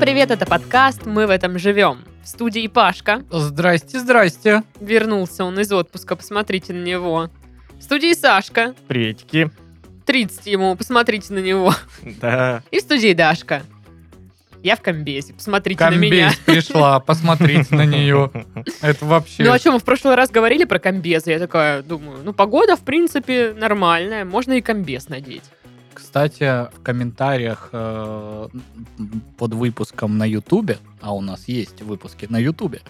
привет, это подкаст «Мы в этом живем». В студии Пашка. Здрасте, здрасте. Вернулся он из отпуска, посмотрите на него. В студии Сашка. Приветики. 30 ему, посмотрите на него. Да. И в студии Дашка. Я в комбезе, посмотрите на меня. Комбейс пришла, посмотрите на нее. Это Ну, о вообще... чем мы в прошлый раз говорили про комбезы, я такая думаю, ну, погода, в принципе, нормальная, можно и комбез надеть. Кстати, в комментариях э, под выпуском на Ютубе, а у нас есть выпуски на Ютубе,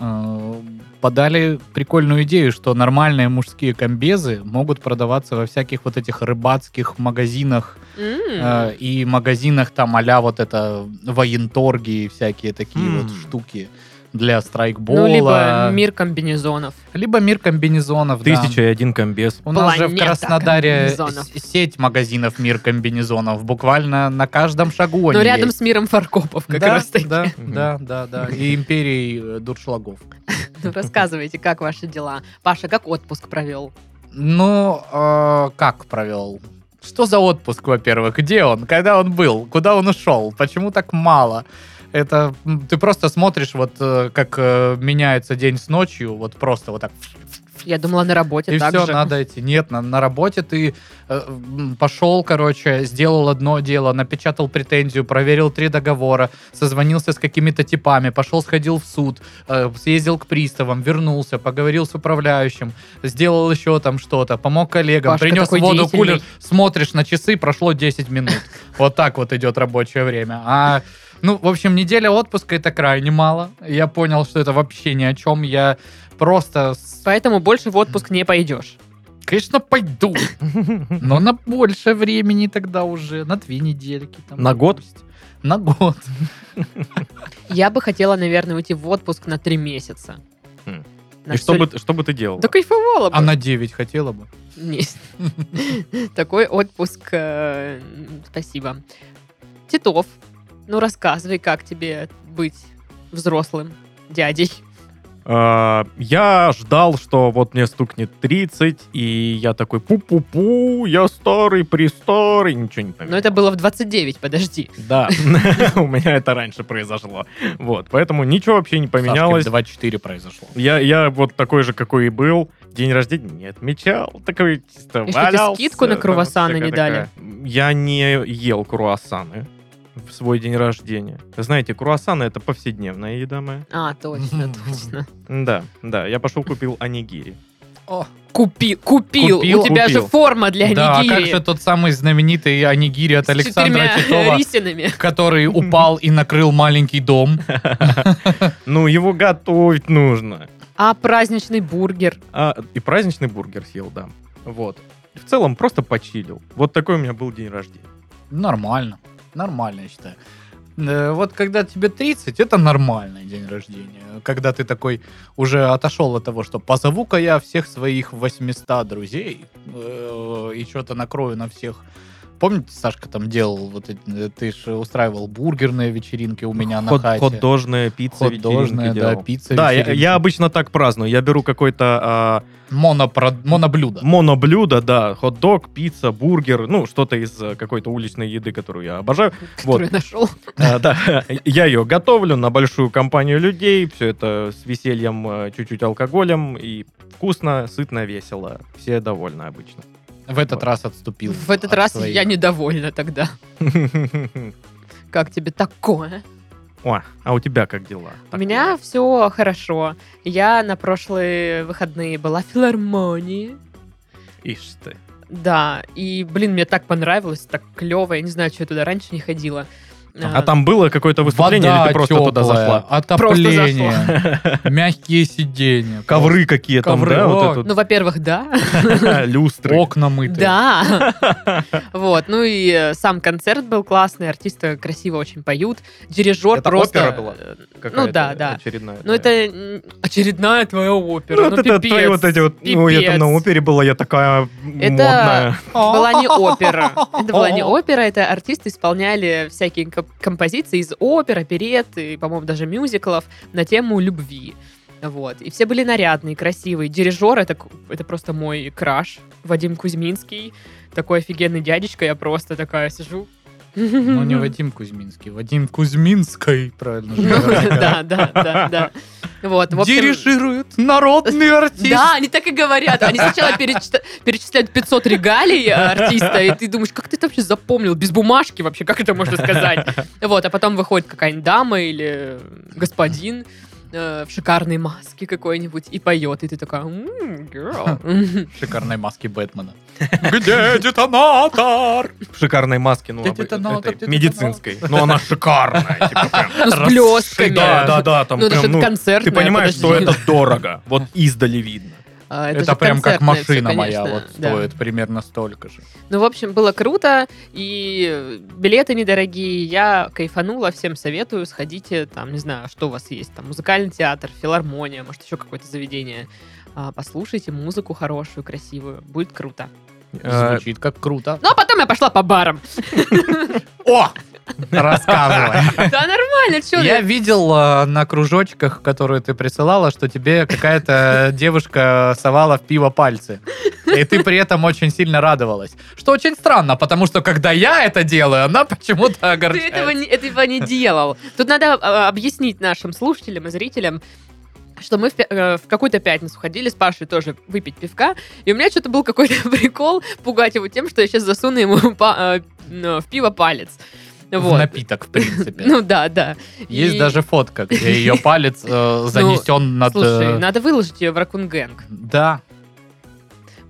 э, подали прикольную идею, что нормальные мужские комбезы могут продаваться во всяких вот этих рыбацких магазинах М, э, и магазинах там а вот это военторги и всякие такие М. вот штуки для страйкбола. Ну, либо мир комбинезонов. Либо мир комбинезонов. да. Тысяча и один комбез. У нас же в Планета Краснодаре комбинезонов. с- сеть магазинов «Мир комбинезонов». Буквально на каждом шагу Но они Ну, рядом есть. с миром фаркопов как да, раз таки. Да, да, да, да. И империей э, дуршлагов. Ну, Рассказывайте, как ваши дела. Паша, как отпуск провел? Ну, э, как провел? Что за отпуск, во-первых? Где он? Когда он был? Куда он ушел? Почему так мало? Это м, ты просто смотришь, вот э, как э, меняется день с ночью, вот просто вот так Я думала, на работе И так все, же. надо идти. Нет, на, на работе ты э, м, пошел, короче, сделал одно дело, напечатал претензию, проверил три договора, созвонился с какими-то типами, пошел, сходил в суд, э, съездил к приставам, вернулся, поговорил с управляющим, сделал еще там что-то, помог коллегам, Пашка принес такой воду, деятельный. кулер, смотришь на часы, прошло 10 минут. Вот так вот идет рабочее время. А ну, в общем, неделя отпуска это крайне мало. Я понял, что это вообще ни о чем. Я просто с- Поэтому больше в отпуск не пойдешь. Конечно, пойду. Но на больше времени тогда уже. На две недельки. Там, На год? допустим. На год. Я бы хотела, наверное, уйти в отпуск на три месяца. Хм. На И что всё- бы, что бы ты делал? Да кайфовала бы. А на 9 хотела бы. Не. Такой отпуск. э, Спасибо. Титов, ну рассказывай, как тебе быть взрослым дядей. Ну, А, я ждал, что вот мне стукнет 30, и я такой пу-пу-пу, я старый, престарый, ничего не Но понимаю. это было в 29, подожди. Да, у меня это раньше произошло. Вот, поэтому ничего вообще не поменялось. 2-4 произошло. Я, я вот такой же, какой и был. День рождения не отмечал. Такой чисто И что, тебе валялся, скидку на там круассаны не всякая такая. Я не ел круассаны в свой день рождения. Знаете, круассаны — это повседневная еда моя. А, точно, точно. Да, да, я пошел купил анигири. Купи, купил. Купил, У тебя купил. же форма для Да, а как анигири. же тот самый знаменитый анигири от с Александра четырьмя Титова, рисинами. который упал и накрыл маленький дом. Ну, его готовить нужно. А праздничный бургер. А, и праздничный бургер съел, да. Вот. В целом, просто почилил. Вот такой у меня был день рождения. Нормально. Нормально, я считаю. Э, Вот когда тебе 30, это нормальный день рождения. Когда ты такой уже отошел от того, что позову-ка я всех своих 800 друзей э, и что-то накрою на всех. Помните, Сашка там делал, вот эти, э, ты же устраивал бургерные вечеринки у меня А на Хот- хате. Хот-дожная пицца, Хот-дожная, вечеринка да, делал. пицца, Да, я, вечеринка. я обычно так праздную. Я беру какой-то а, Монопро- моноблюдо. моноблюдо, да, хот-дог, пицца, бургер, ну, что-то из э, какой-то уличной еды, которую я обожаю. который нашел. А, Да, я ее готовлю на большую компанию людей, все это с весельем, э, чуть-чуть алкоголем, и вкусно, сытно, весело. Все довольны обычно. В этот Вот. раз отступил. В этот от раз своих. я недовольна тогда. Как тебе такое? О, а у тебя как дела? У меня все хорошо. Я на прошлые выходные была в филармонии. Ишь ты. Да, и, блин, мне так понравилось, так клево. Я не знаю, что я туда раньше не ходила. Э, А там было какое-то выступление, Вода или ты просто туда тёплая, зашла? Отопление. Мягкие сиденья. Ковры какие там, Ковры, да? о, Вот это Ну, во-первых, да. ну, вот. Люстры. Окна мытые. Да. Вот, ну и э, сам концерт был классный, артисты красиво очень поют. Дирижер Это просто... опера была? э, Какая-то да, да. Очередная. Ну, это м, очередная твоя опера. Ну, вот это пипец, твои вот эти вот... Ну, я там пипец. на опере была, я такая модная. А? была не опера. Это была не опера, это артисты исполняли всякие комп- композиции из опер, оперет и, по-моему, даже мюзиклов на тему любви. Вот. И все были нарядные, красивые. Дирижер это, к- это просто мой краш. Вадим Кузьминский. Такой офигенный дядечка. Я просто такая сижу, Ну, не Вадим Кузьминский, Вадим Кузьминской, правильно же говорят. Да, да, да, да. Вот, в общем- Дирижирует народный артист. Да, они так и говорят. Они сначала перечита- перечисляют 500 регалий э, артиста, и ты думаешь, как ты это вообще запомнил? Без бумажки вообще, как это можно сказать? Вот, а потом выходит какая-нибудь дама или господин э, в шикарной маске какой-нибудь и поет, и ты такая, «М, Ну, girl». В шикарной маске Бэтмена. Где детонатор? В шикарной маске, ну, Ты об- детонатор, этой, ты медицинской. Но она шикарная. типа, прям Ну, с расши- блестками. Да, да, да, там Ну, это прям, же ну, концертная, ты понимаешь, что подожди. это дорого. Вот издали видно. А, Это же прям как концертное всё, машина моя, конечно, вот да. стоит примерно столько же. Ну, в общем, было круто, и билеты недорогие, я кайфанула, всем советую, сходите, там, не знаю, что у вас есть, там, музыкальный театр, филармония, может, еще какое-то заведение, А, послушайте музыку хорошую, красивую, будет круто. Э, Звучит как круто. Ну, а потом я пошла по барам. О! Рассказывай. Да нормально, что Я видел э, на кружочках, которые ты присылала, что тебе какая-то девушка совала в пиво пальцы. И ты при этом очень сильно радовалась. Что очень странно, потому что когда я это делаю, она почему-то ты огорчается. этого не, этого не делал. Тут надо а, объяснить нашим слушателям и зрителям, что мы в, пя- э, в какую-то пятницу ходили с Пашей тоже выпить пивка, и у меня что-то был какой-то прикол пугать его тем, что я сейчас засуну ему па- э, ну, в пиво палец. В Вот. напиток, в принципе. Ну да, да. Есть И- Ну, даже фотка, где ее палец э, занесен над... Слушай, э, надо выложить ее в Ракунгэнг, Да.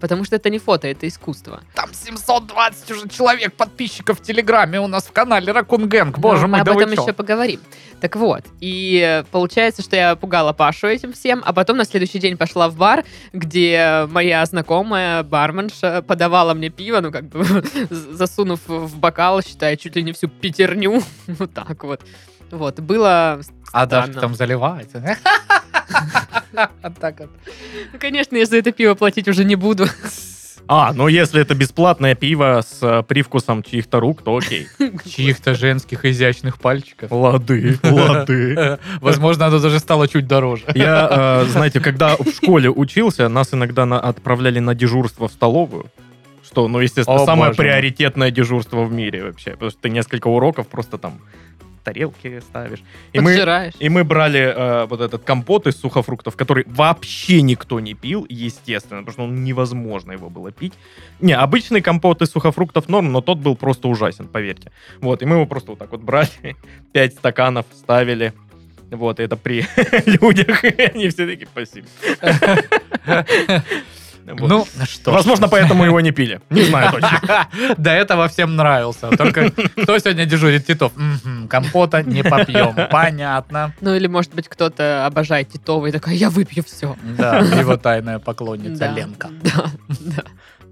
потому что это не фото, это искусство. Там 720 уже человек подписчиков в Телеграме у нас в канале Ракун Гэнг. Но мы об этом еще поговорим. Так вот, и э, получается, что я пугала Пашу этим всем, а потом на следующий день пошла в бар, где моя знакомая барменша подавала мне пиво, ну как бы засунув в бокал, считая чуть ли не всю пятерню, вот так вот. Вот, было... А даже Странно. там заливается. Вот так вот. Ну, конечно, я за это пиво платить уже не буду. А, ну если это бесплатное пиво с э, привкусом чьих-то рук, то окей. Чьих-то женских изящных пальчиков. Лады, лады. Возможно, оно даже стало чуть дороже. Я, э, знаете, когда в школе учился, нас иногда на- отправляли на дежурство в столовую. Что, ну, естественно, О, самое боже мой. приоритетное дежурство в мире вообще. Потому что ты несколько уроков просто там тарелки ставишь. И мы, Поджираешь. и мы брали э, вот этот компот из сухофруктов, который вообще никто не пил, естественно, потому что он невозможно его было пить. Не, обычный компот из сухофруктов норм, но тот был просто ужасен, поверьте. Вот, и мы его просто вот так вот брали, пять стаканов ставили. Вот, и это при людях, и они все таки спасибо. Вот. Ну, что ж. Возможно, поэтому его не пили. Не знаю точно. До этого всем нравился. Только кто сегодня дежурит? Титов. Мгм, Компота не попьем. Понятно. Ну или, может быть, кто-то обожает Титова и такая, я выпью все. Да, его тайная поклонница Ленка. Да, да.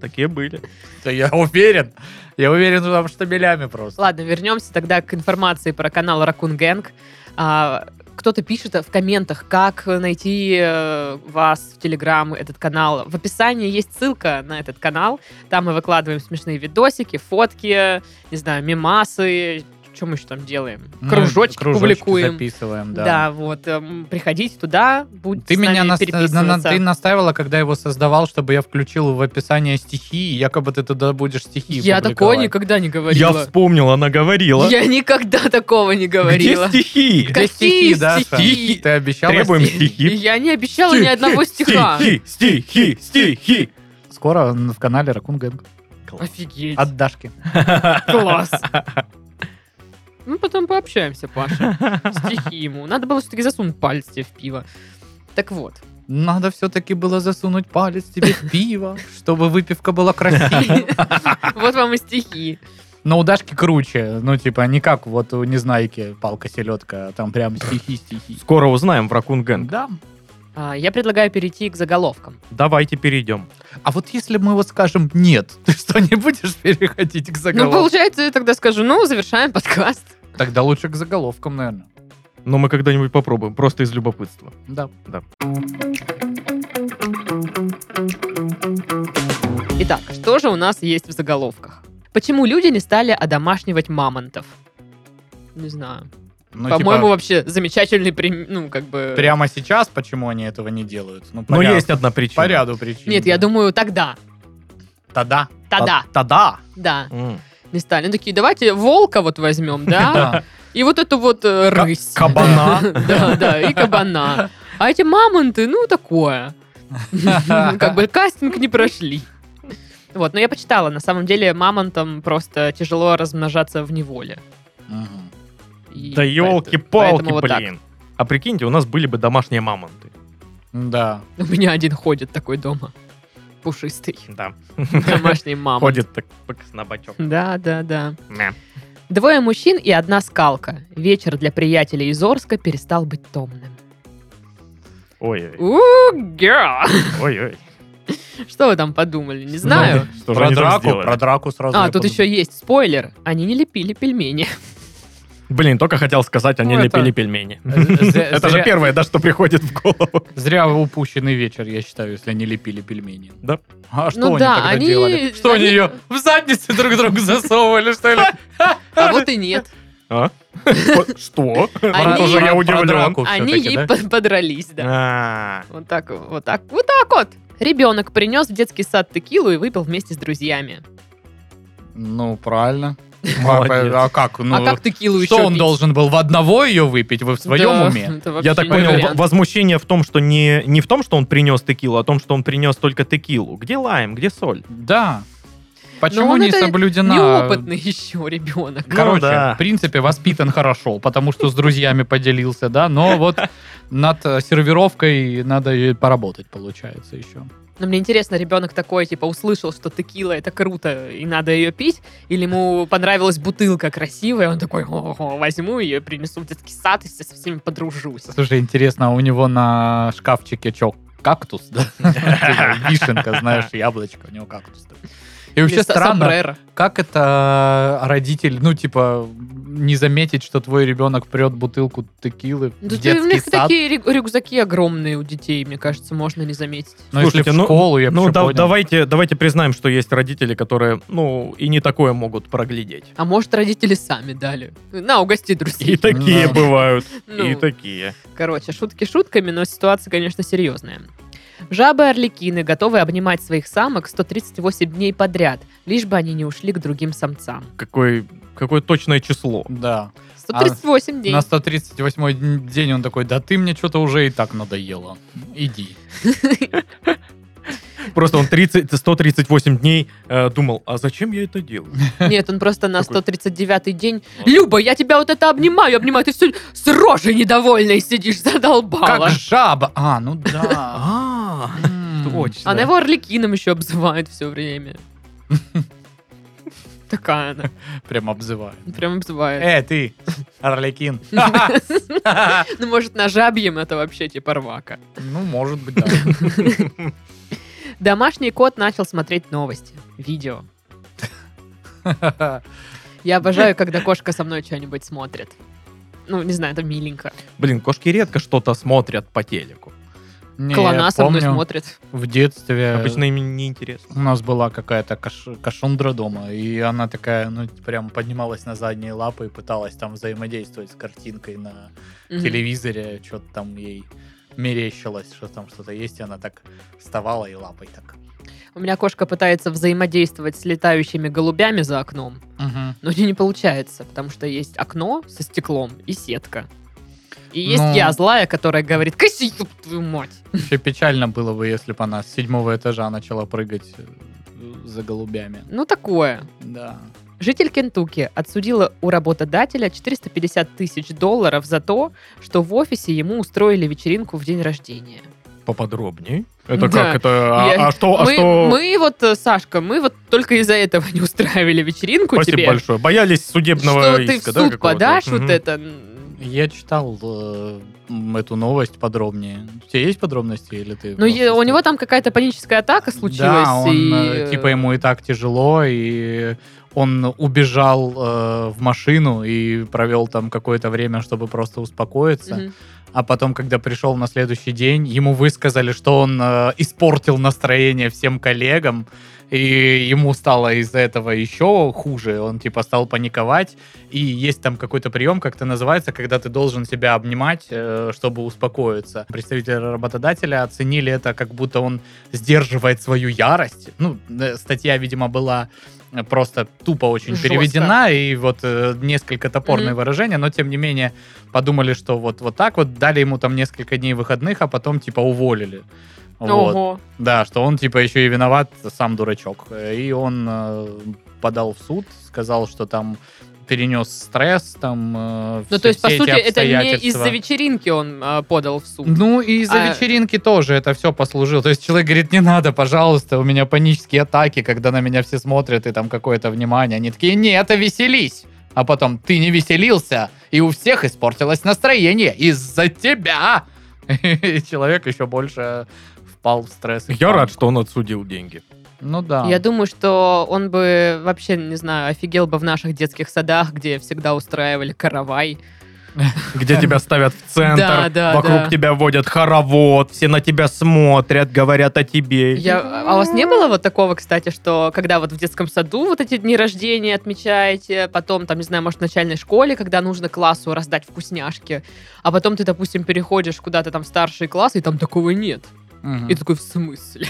Такие были. Да я уверен. Я уверен, что там штабелями просто. Ладно, вернемся тогда к информации про канал Ракун Гэнг. А, кто-то пишет в комментах, как найти э, вас в Телеграм, этот канал. В описании есть ссылка на этот канал. Там мы выкладываем смешные видосики, фотки, не знаю, мемасы. Что мы еще там делаем? Мы Кружочки, Ну, кружочки публикуем. записываем, да. да. вот. эм, приходите туда, будете Ты с меня нами нас- на- на- переписываться. ты настаивала, когда его создавал, чтобы я включил в описание стихи, и якобы ты туда будешь стихи Я такого публиковать. никогда не Я говорила. вспомнил, она говорила. Я никогда такого не говорила. Где стихи? Где Какие стихи, Даша? стихи? Ты обещала Требуем стихи. стихи. Я не обещала ни одного стиха. Стихи, стихи, стихи. Скоро в канале Ракун Гэнг. Офигеть. От Дашки. Класс. Мы потом пообщаемся, Паша. Стихи ему. Надо было все-таки засунуть палец тебе в пиво. Так вот. Надо все-таки было засунуть палец тебе в пиво, чтобы выпивка была красивой. Вот вам и стихи. Но у Дашки круче. Ну, типа, не как вот у Незнайки палка-селедка, а там прям стихи-стихи. Скоро узнаем в Ракун Гэнг. Да. А, Я предлагаю перейти к заголовкам. Давайте перейдем. А вот если мы вот скажем «нет», ты что, не будешь переходить к Ну, заголовку? получается, я тогда скажу, ну, завершаем подкаст. Тогда лучше к заголовкам, наверное. Но мы когда-нибудь попробуем, просто из любопытства. Да. Итак, что же у нас есть в заголовках? Почему люди не стали одомашнивать мамонтов? Не знаю. Ну, По-моему, типа, вообще замечательный пример, ну, как бы... прямо сейчас почему они этого не делают? Ну, по Но ряду- есть одна причина. По ряду причин. Нет, я думаю, тогда. Тогда. Тогда. Тогда. Да. М. не стали. Ну, такие, давайте волка вот возьмем, да? Да. И вот эту вот э, Ка- рысь. кабана. Да, да, и кабана. А эти мамонты, ну, такое. Как бы кастинг не прошли. Вот, но я почитала, на самом деле мамонтам просто тяжело размножаться в неволе. Мгм. И Да поэт- елки-палки, поэтому вот так. блин. А прикиньте, у нас были бы домашние мамонты. Да. У меня один ходит такой дома. Пушистый. Да. Домашний мамонт. Ходит так, как снобачок. Да, да, да. Мя. Двое мужчин и одна скалка. Вечер для приятелей из Орска перестал быть томным. Ой-ой. у герл! Ой-ой. Что вы там подумали? Не знаю. Что же Ну, Про они там драку, сделали? про драку сразу. А, Ну, я тут подумал. еще есть спойлер. Они не лепили пельмени. Блин, только хотел сказать, они Ну, это- лепили пельмени. З- зря- Это же зря- первое, да, что приходит в голову. Зря упущенный вечер, я считаю, если они лепили пельмени. Да. А что Ну они да, тогда они- делали? Что они они- ее в задницу друг другу засовывали, что ли? А вот и нет. А? Что? Они- Тоже я Про- про удивлен. драку Они всё-таки, ей да? под- подрались, да. А, Вот так, вот так, вот так вот. Ребенок принес в детский сад текилу и выпил вместе с друзьями. Ну, правильно. Молодец. А, как? Ну, а как текилу еще что он пить? должен был в одного ее выпить? Вы в своем Да, уме? это вообще Я так не понял, вариант. возмущение в том, что не, не в том, что он принес текилу, а в том, что он принес только текилу. Где лайм, где соль? Да. Но Почему Ну, он не это соблюдена? Неопытный еще ребенок. Ну Короче, да. в принципе, воспитан хорошо, потому что с друзьями поделился, да, но вот над э, сервировкой надо и поработать, получается, еще. Но Ну, мне интересно, ребенок такой, типа, услышал, что текила это круто, и надо ее пить, или ему понравилась бутылка красивая, он такой, «О, возьму ее, принесу в детский сад и со со всеми подружусь. Слушай, интересно, а у него на шкафчике что, кактус, да? Типа Вишенка, знаешь, яблочко, у него кактус. да. И вообще Вместо странно, сомбреро. как это родитель, ну, типа, не заметить, что твой ребенок прет бутылку текилы Ну, в тут у детский них сад. такие рю- рюкзаки огромные у детей, мне кажется, можно не заметить. Ну, если Слушайте, в ну- школу, я бы Ну, ещё да- понял. давайте, давайте признаем, что есть родители, которые, ну, и не такое могут проглядеть. А может, родители сами дали. На, угости И друзей. такие Да. бывают, и Ну. такие. Короче, шутки шутками, но ситуация, конечно, серьезная. Жабы-орликины готовы обнимать своих самок 138 дней подряд, лишь бы они не ушли к другим самцам. Какое, какое точное число. Да. 138 дней. А, На 138 день он такой, да ты мне что-то уже и так надоело. Иди. Просто он 30, 138 дней э, думал, а зачем я это делаю? Нет, он просто на Какой? 139 день. А. Люба, я тебя вот это обнимаю, обнимаю. Ты все с рожей недовольной сидишь, задолбала. Как жаба. А, ну да. А, М. точно. Она его орликином еще обзывает все время. Такая она. Прям обзываю. Прям обзывает. Э, ты, Орликин. Э, Ну, может, на жабьем это вообще типа рвака. Ну, может быть, да. Домашний кот начал смотреть новости. Видео. Я обожаю, когда кошка со мной что-нибудь смотрит. Ну, не знаю, это миленько. Блин, кошки редко что-то смотрят по телеку. Не, Клона я со мной помню, смотрит. В детстве Обычно им неинтересно. у нас была какая-то кош- кошундра дома, и она такая, ну, прям поднималась на задние лапы и пыталась там взаимодействовать с картинкой на Мгм. телевизоре, что-то там ей мерещилось, что там что-то есть, и она так вставала и лапой так. У меня кошка пытается взаимодействовать с летающими голубями за окном, но у нее не получается, потому что есть окно со стеклом и сетка. И есть Ну. я злая, которая говорит «Коси, ёб твою мать!» Вообще печально было бы, если бы она с седьмого этажа начала прыгать э, за голубями. Ну, такое. Да. Житель Кентукки отсудила у работодателя 450 тысяч долларов за то, что в офисе ему устроили вечеринку в день рождения. Поподробнее. Это Да. как? Это, а, Я- а что? а мы, что- мы вот, э, Сашка, мы вот только из-за этого не устраивили вечеринку Спасибо тебе. большое. Боялись судебного что ты иска, в да, суд какого-то? подашь Мгм. вот это. м, Я читал э, м, эту новость подробнее. У тебя есть подробности или ты? Ну, е- просто- у него там какая-то паническая атака случилась. Да, он, и, э, типа ему и так тяжело, и он убежал э, в машину и провел там какое-то время, чтобы просто успокоиться. Мгм. А потом, когда пришел на следующий день, ему высказали, что он э, испортил настроение всем коллегам, и ему стало из-за этого еще хуже. Он типа стал паниковать. И есть там какой-то прием, как это называется, когда ты должен себя обнимать, э, чтобы успокоиться. Представители работодателя оценили это, как будто он сдерживает свою ярость. Ну, э, статья, видимо, была просто тупо очень Жестко. переведена, и вот э, несколько топорные Мгм. выражения, но тем не менее подумали, что вот, вот так вот, дали ему там несколько дней выходных, а потом типа уволили. Вот. Ого. Да, что он типа еще и виноват, сам дурачок. И он э, подал в суд, сказал, что там перенес стресс, там э, Ну, все- то есть, по все эти сути, это не из-за обстоятельства. вечеринки он а, подал в суд. Ну, и из-за А- вечеринки тоже это все послужило. То есть человек говорит, не надо, пожалуйста, у меня панические атаки, когда на меня все смотрят, и там какое-то внимание. Они такие, не, это веселись. А потом, ты не веселился, и у всех испортилось настроение из-за тебя. И человек еще больше впал в стресс. и Я панику. рад, что он отсудил деньги. Ну да. Я думаю, что он бы вообще, не знаю, офигел бы в наших детских садах, где всегда устраивали каравай. Где тебя ставят в Да, центр, да, вокруг да. тебя водят хоровод, все на тебя смотрят, говорят о тебе. Я... А у вас не было вот такого, кстати, что когда вот в детском саду вот эти дни рождения отмечаете, потом там, не знаю, может, в начальной школе, когда нужно классу раздать вкусняшки, а потом ты, допустим, переходишь куда-то там в старший класс, и там такого нет. Мгм. И такой, в смысле?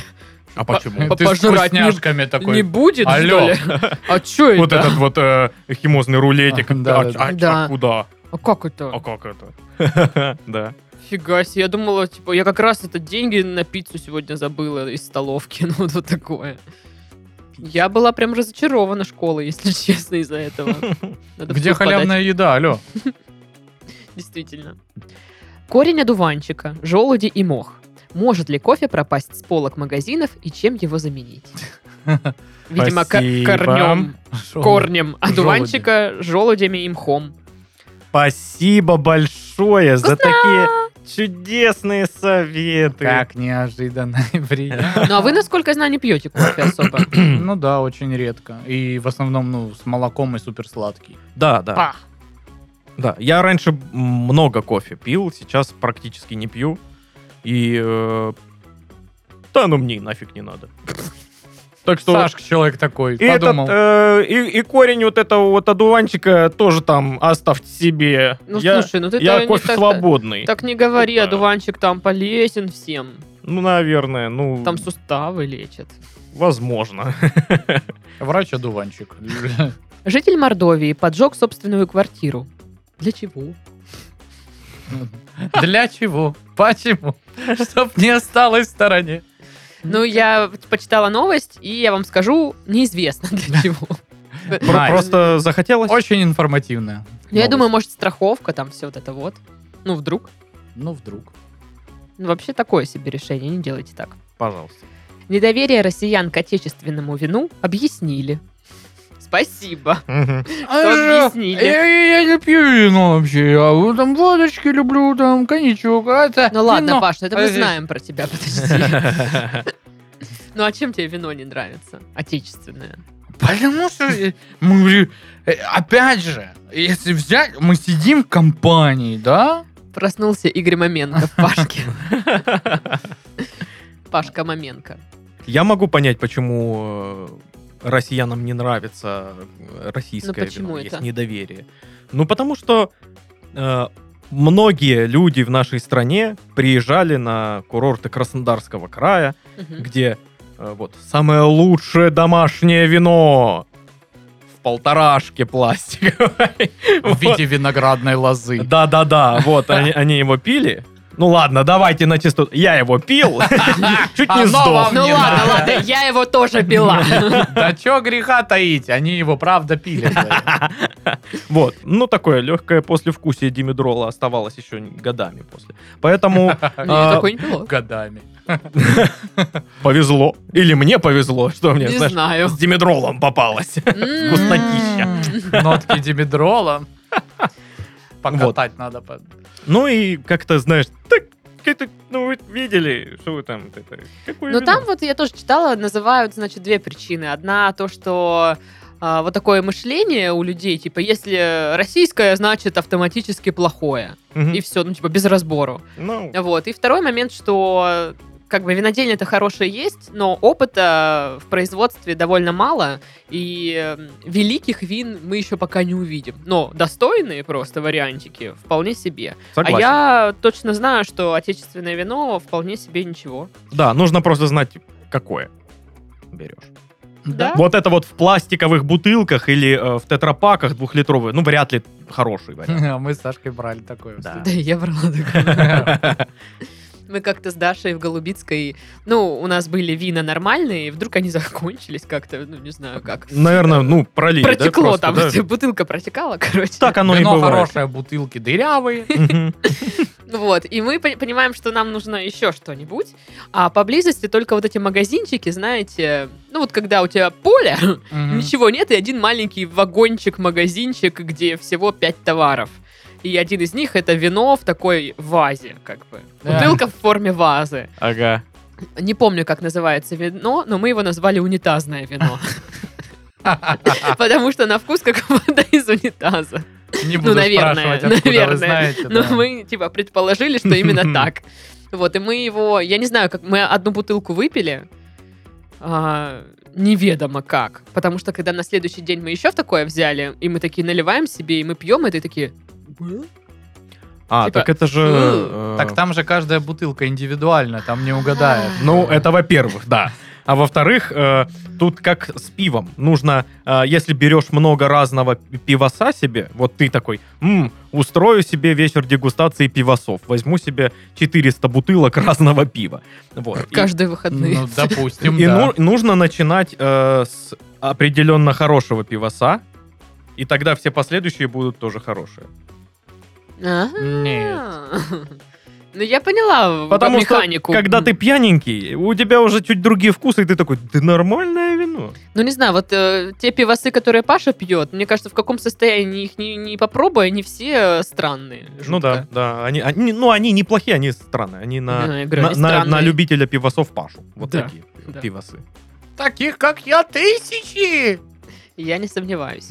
А почему? по- Ты с пожрать не- вкусняшками такой. Не будет, что Алло. ли? А чё это? Вот этот вот э, химозный рулетик. А, да, А, да, а- да. а куда? А как это? А как это? Да. Фига себе, я думала, типа, я как раз это деньги на пиццу сегодня забыла из столовки, ну вот такое. Я была прям разочарована школой, если честно, из-за этого. Надо в Где суд подать, халявная еда, алло? Действительно. Корень одуванчика, желуди и мох. Может ли кофе пропасть с полок магазинов и чем его заменить? Видимо, ко- Спасибо. корнем, корнем Желуди. одуванчика, желудями и мхом. Спасибо большое за такие чудесные советы. Как неожиданно и приятно. Ну а вы, насколько я знаю, не пьете кофе особо. Ну да, очень редко. И в основном, ну, с молоком и суперсладкий. Да, да. Пах. Да, я раньше много кофе пил, сейчас практически не пью. И... э, да ну мне и нафиг не надо. Так что... Сашка человек такой, и, этот, подумал. э, и, и корень вот этого вот одуванчика тоже там оставьте себе. Ну я слушай, ну ты я так- кофе так- свободный. Так не говори, Да. одуванчик там полезен всем. Ну, наверное, ну, Там суставы лечат. возможно. Врач-одуванчик. Житель Мордовии поджег собственную квартиру. Для чего? Ну, Для чего? Почему? Чтоб не осталось в стороне. Ну, я почитала новость, и я вам скажу, неизвестно для чего. Ну, Про- просто Просто захотелось... Очень информативная. Ну, Я новость. думаю, может, страховка, там все вот это вот. Ну, вдруг. Ну, вдруг. Ну, Вообще такое себе решение, не делайте так. Пожалуйста. Недоверие россиян к отечественному вину объяснили. Спасибо. Мгм. Что объяснили? Я, я- я не пью вино вообще. Я вот там водочки люблю, там коньячок. А это Ну ладно, вино. Паш, ну это мы Подожди. знаем про тебя, подожди. Ну а чем тебе вино не нравится? Отечественное. Потому что э, мы говорю, э, опять же, если взять, мы сидим в компании, да? Проснулся Игорь Маменко в Пашке. Пашка Маменко. Я могу понять, почему э, россиянам не нравится э, российское Ну, почему вино, это? есть недоверие. Ну, потому что э, многие люди в нашей стране приезжали на курорты Краснодарского края, Мгм. где э, вот самое лучшее домашнее вино в полторашке пластиковой. В виде виноградной лозы. Да-да-да, вот, они, они его пили. Ну ладно, давайте на чистоту. Я его пил, чуть не Оно сдох. вам Ну не ладно, надо. ладно, я его тоже пила. Да чё греха таить, они его правда пили. Вот. Ну, такое легкое послевкусие димедрола оставалось еще годами после. Поэтому Я А, такой не пила. Годами. повезло. Или мне повезло, что мне, Не знаешь, знаю. с димедролом попалось. М. Вкуснотища. Нотки димедрола. Покатать надо. по- Ну и как-то, знаешь, так, это, ну вы видели, что вы там, это, какое Ну вино? там вот я тоже читала, называют, значит, две причины. Одна то, что а, вот такое мышление у людей, типа, если российское, значит, автоматически плохое. Мгм. И все, ну, типа, без разбору. Ну, Вот. И второй момент, что как бы винодельня это хорошее есть, но опыта в производстве довольно мало, и э, великих вин мы еще пока не увидим. Но достойные просто вариантики вполне себе. согласен. А я точно знаю, что отечественное вино вполне себе ничего. Да, нужно просто знать, какое берешь. Да? Вот это вот в пластиковых бутылках или э, в тетрапаках двухлитровые, ну, вряд ли хороший вариант. А мы с Сашкой брали такое. Да. Да, я брала такое. Мы как-то с Дашей в Голубицкой, ну, у нас были вина нормальные, и вдруг они закончились как-то, ну, не знаю как. Наверное, ну, пролили, да, Протекло просто, там, да? бутылка протекала, короче. Так оно Ну и Вино бывает. хорошее, Ну бутылки дырявые. Мгм. Вот, и мы пон- понимаем, что нам нужно еще что-нибудь, а поблизости только вот эти магазинчики, знаете, ну вот когда у тебя поле, Мгм. ничего нет, и один маленький вагончик-магазинчик, где всего пять товаров. И один из них это вино в такой вазе, как бы. Да. Бутылка в форме вазы. Ага. Не помню, как называется вино, но мы его назвали унитазное вино. Потому что на вкус как вода из унитаза. Не Ну, буду наверное, спрашивать, откуда вы наверное. знаете. Но да. мы, типа, предположили, что именно так. Вот, и мы его... Я не знаю, как мы одну бутылку выпили, а, неведомо как. Потому что, когда на следующий день мы еще в такое взяли, и мы такие наливаем себе, и мы пьем это, и такие... «Бэ?» А, Типа, так это же... «М, э, Так там же каждая бутылка индивидуально, там не угадаешь. Ну, это во-первых, да. А во-вторых, э, тут как с пивом. Нужно, э, если берешь много разного пи- пивоса себе, вот ты такой, «М, устрою себе вечер дегустации пивосов, возьму себе 400 бутылок разного пива. Вот. И- Каждые выходные. Ну, допустим, И да. ну- нужно начинать э, с определенно хорошего пивоса, и тогда все последующие будут тоже хорошие. А? Нет. Ну, я поняла Потому что, механику. когда ты пьяненький, у тебя уже чуть другие вкусы, и ты такой, да нормальное вино. Ну, не знаю, вот э, те пивосы, которые Паша пьет, мне кажется, в каком состоянии их не, не попробуй, они все э, странные. Ну да, жутко. да. Они, они- ну, они неплохие, они странные. Они на, Да, я говорю, на, они на- странные. на любителя пивосов Пашу. Вот Да, такие да. пивосы. Таких, как я, тысячи! Я не сомневаюсь.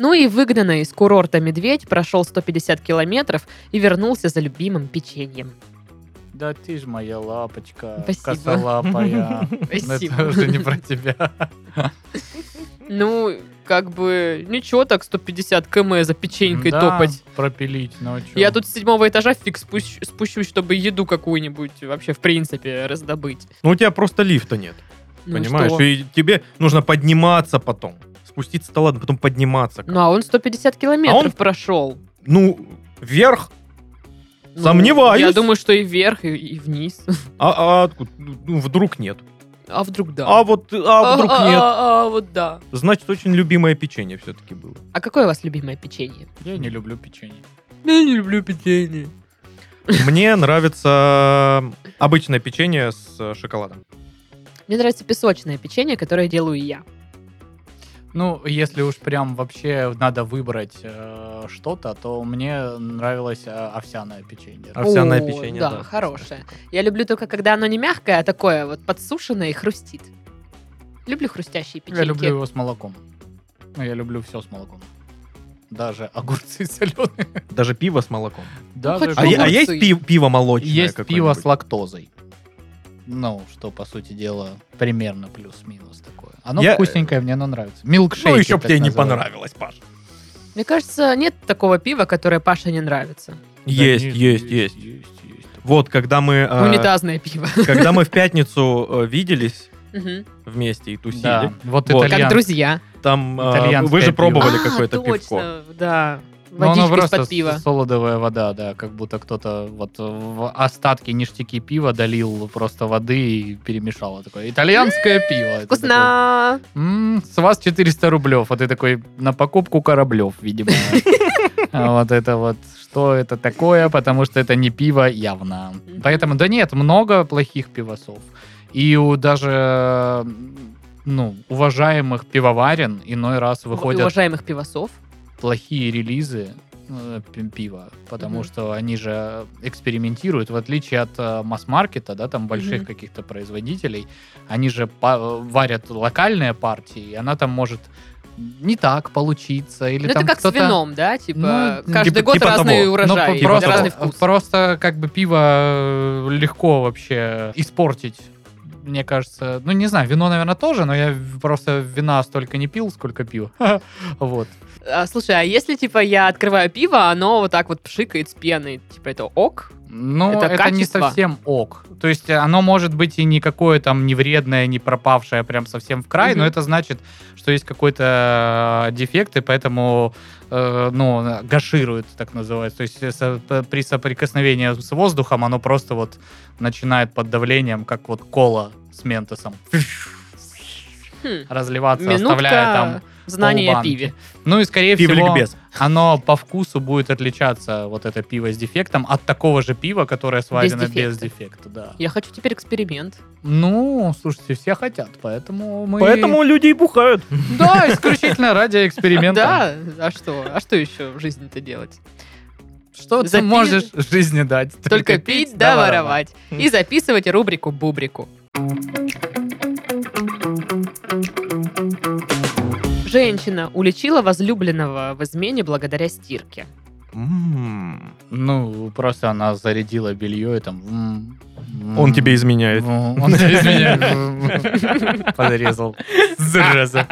Ну и выгнанный из курорта медведь прошел 150 километров и вернулся за любимым печеньем. Да ты ж моя лапочка, Спасибо. косолапая. Но Это Спасибо. уже не про тебя. Ну, как бы, ничего так 150 км за печенькой Да, топать. пропилить ночью. Я тут с седьмого этажа фиг спущ- спущусь, чтобы еду какую-нибудь вообще, в принципе, раздобыть. Ну, у тебя просто лифта нет, Ну и понимаешь? что? И тебе нужно подниматься потом. Спуститься, то ладно, потом подниматься. Ну, а он 150 километров А он- прошел. Ну, вверх. Ну, Сомневаюсь. Я думаю, что и вверх, и, и вниз. А, а откуда? Ну, вдруг нет. А вдруг да? А вот, а вдруг а- нет. а- а, вот да. Значит, очень любимое печенье все-таки было. А какое у вас любимое печенье? Я не люблю печенье. Я не люблю печенье. Мне нравится обычное печенье с э, шоколадом. Мне нравится песочное печенье, которое делаю я. Ну, если уж прям вообще надо выбрать э, что-то, то мне нравилось э, овсяное печенье. Овсяное О, печенье. да, Да, хорошее. Я люблю только, когда оно не мягкое, а такое вот подсушенное и хрустит. Люблю хрустящие печеньки. Я люблю его с молоком. Ну, я люблю все с молоком. Даже огурцы соленые. Даже пиво с молоком. Даже хоть А, е- а огурцы. есть пи- пиво молочное? Есть пиво какое-нибудь? с лактозой. Ну, что, по сути дела, примерно плюс-минус такое. Оно Я- э, вкусненькое, мне оно нравится. Милкшейк. Ну, еще б тебе не понравилось, Паш. Мне кажется, нет такого пива, которое Паше не нравится. Есть, есть, есть, Вот, когда мы... э, Ну, Унитазное пиво. Когда мы в пятницу э, виделись Мгм. вместе и тусили, Да, вот Вот. Как итальян. друзья. там э, Итальянское вы же пиво. пробовали А, какое-то пивко. точно, да. Ну, оно Водичка просто из-под пива. с- солодовая вода, да, как будто кто-то вот в остатки ништяки пива долил просто воды и перемешал. Такое итальянское пиво. Это такое, М-м, Вкусно! «М, С вас 400 рублев. Вот ты такой на покупку кораблев, видимо. А Вот это вот, что это такое, потому что это не пиво явно. Поэтому, да нет, много плохих пивосов. И у даже м, ну, уважаемых пивоварен иной раз У- выходят Уважаемых пивосов. плохие релизы э, пи- пива, потому Мгм. что они же экспериментируют, в отличие от э, масс-маркета, да, там больших Мгм. каких-то производителей, они же па- э, варят локальные партии, и она там может не так получиться, Ну, или это там как с кто-то... вином, да? Типа, Ну, каждый типа- год типа разный того. урожай, Ну, и просто, разный вкус. просто как бы пиво э, легко вообще испортить. Мне кажется, ну не знаю, вино, наверное, тоже, но я в- просто вина столько не пил, сколько пива. Вот. А, слушай, а если, типа, я открываю пиво, оно вот так вот пшикает с пеной, типа, это ок? Ну, Это это, не качество? совсем ок. То есть э, оно может быть и никакое там не вредное, не пропавшее прям совсем в край, Мгм. но это значит, что есть какой-то э, дефект, и поэтому э, ну, гаширует, так называется. То есть э, со- п- при соприкосновении с воздухом оно просто вот начинает под давлением, как вот кола с ментосом, Хм. разливаться, оставляя Минутка там знаний о полбанки. пиве. Ну и скорее всего... Пивликбез. оно по вкусу будет отличаться, вот это пиво с дефектом, от такого же пива, которое сварено без дефекта. дефекта. да. Я хочу теперь эксперимент. Ну, слушайте, все хотят, поэтому мы... Поэтому люди и бухают. Да, исключительно ради эксперимента. Да, а что? А что еще в жизни-то делать? Что ты Запи- можешь жизни дать? Только пить да воровать. И записывать рубрику «Бубрику». Женщина уличила возлюбленного в измене благодаря стирке. М. Ну, просто она зарядила белье и там... м, м, Он тебе изменяет. м, Он тебе изменяет. Подрезал. Зараза.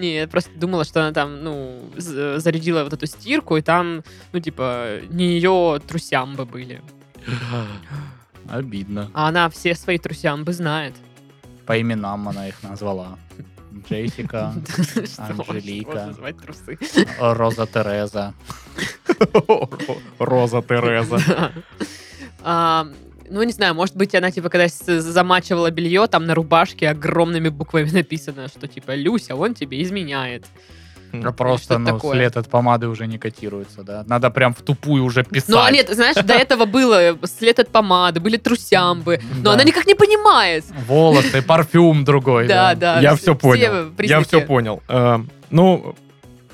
Нет, просто думала, что она там, ну, з- зарядила вот эту стирку, и там, ну, типа, не ее трусямбы были. Обидно. А она все свои трусямбы знает. По именам она их назвала. Джессика, Что Анжелика. можно назвать трусы. Роза Тереза. Роза Тереза. Да. А, Ну, не знаю, может быть, она, типа, когда с- замачивала белье, там на рубашке огромными буквами написано, что, типа, Люся, он тебе изменяет. А Просто, что-то ну, такое. след от помады уже не котируется, да? Надо прям в тупую уже писать. Ну, а нет, знаешь, до этого было след от помады, были трусямбы, но Да. она никак не понимает. Волосы, парфюм другой. Да, да. Я А, с- все понял. Я признаки. все понял. Эм, Ну,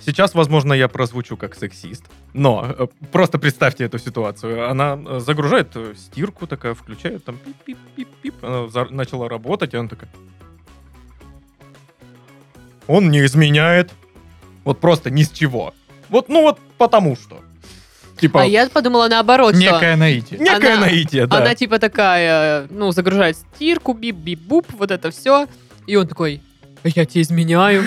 сейчас, возможно, я прозвучу как сексист, но э, просто представьте эту ситуацию. Она э, загружает э, стирку, такая включает, там пип-пип-пип-пип. Она за- начала работать, и она такая... Он не изменяет. Вот просто ни с чего. Вот, ну вот потому что. Типа, А я подумала наоборот, что Некое наитие. некое она- наитие, да. она типа такая, ну, загружает стирку, бип-бип-буп, вот это все. И он такой, я тебе изменяю.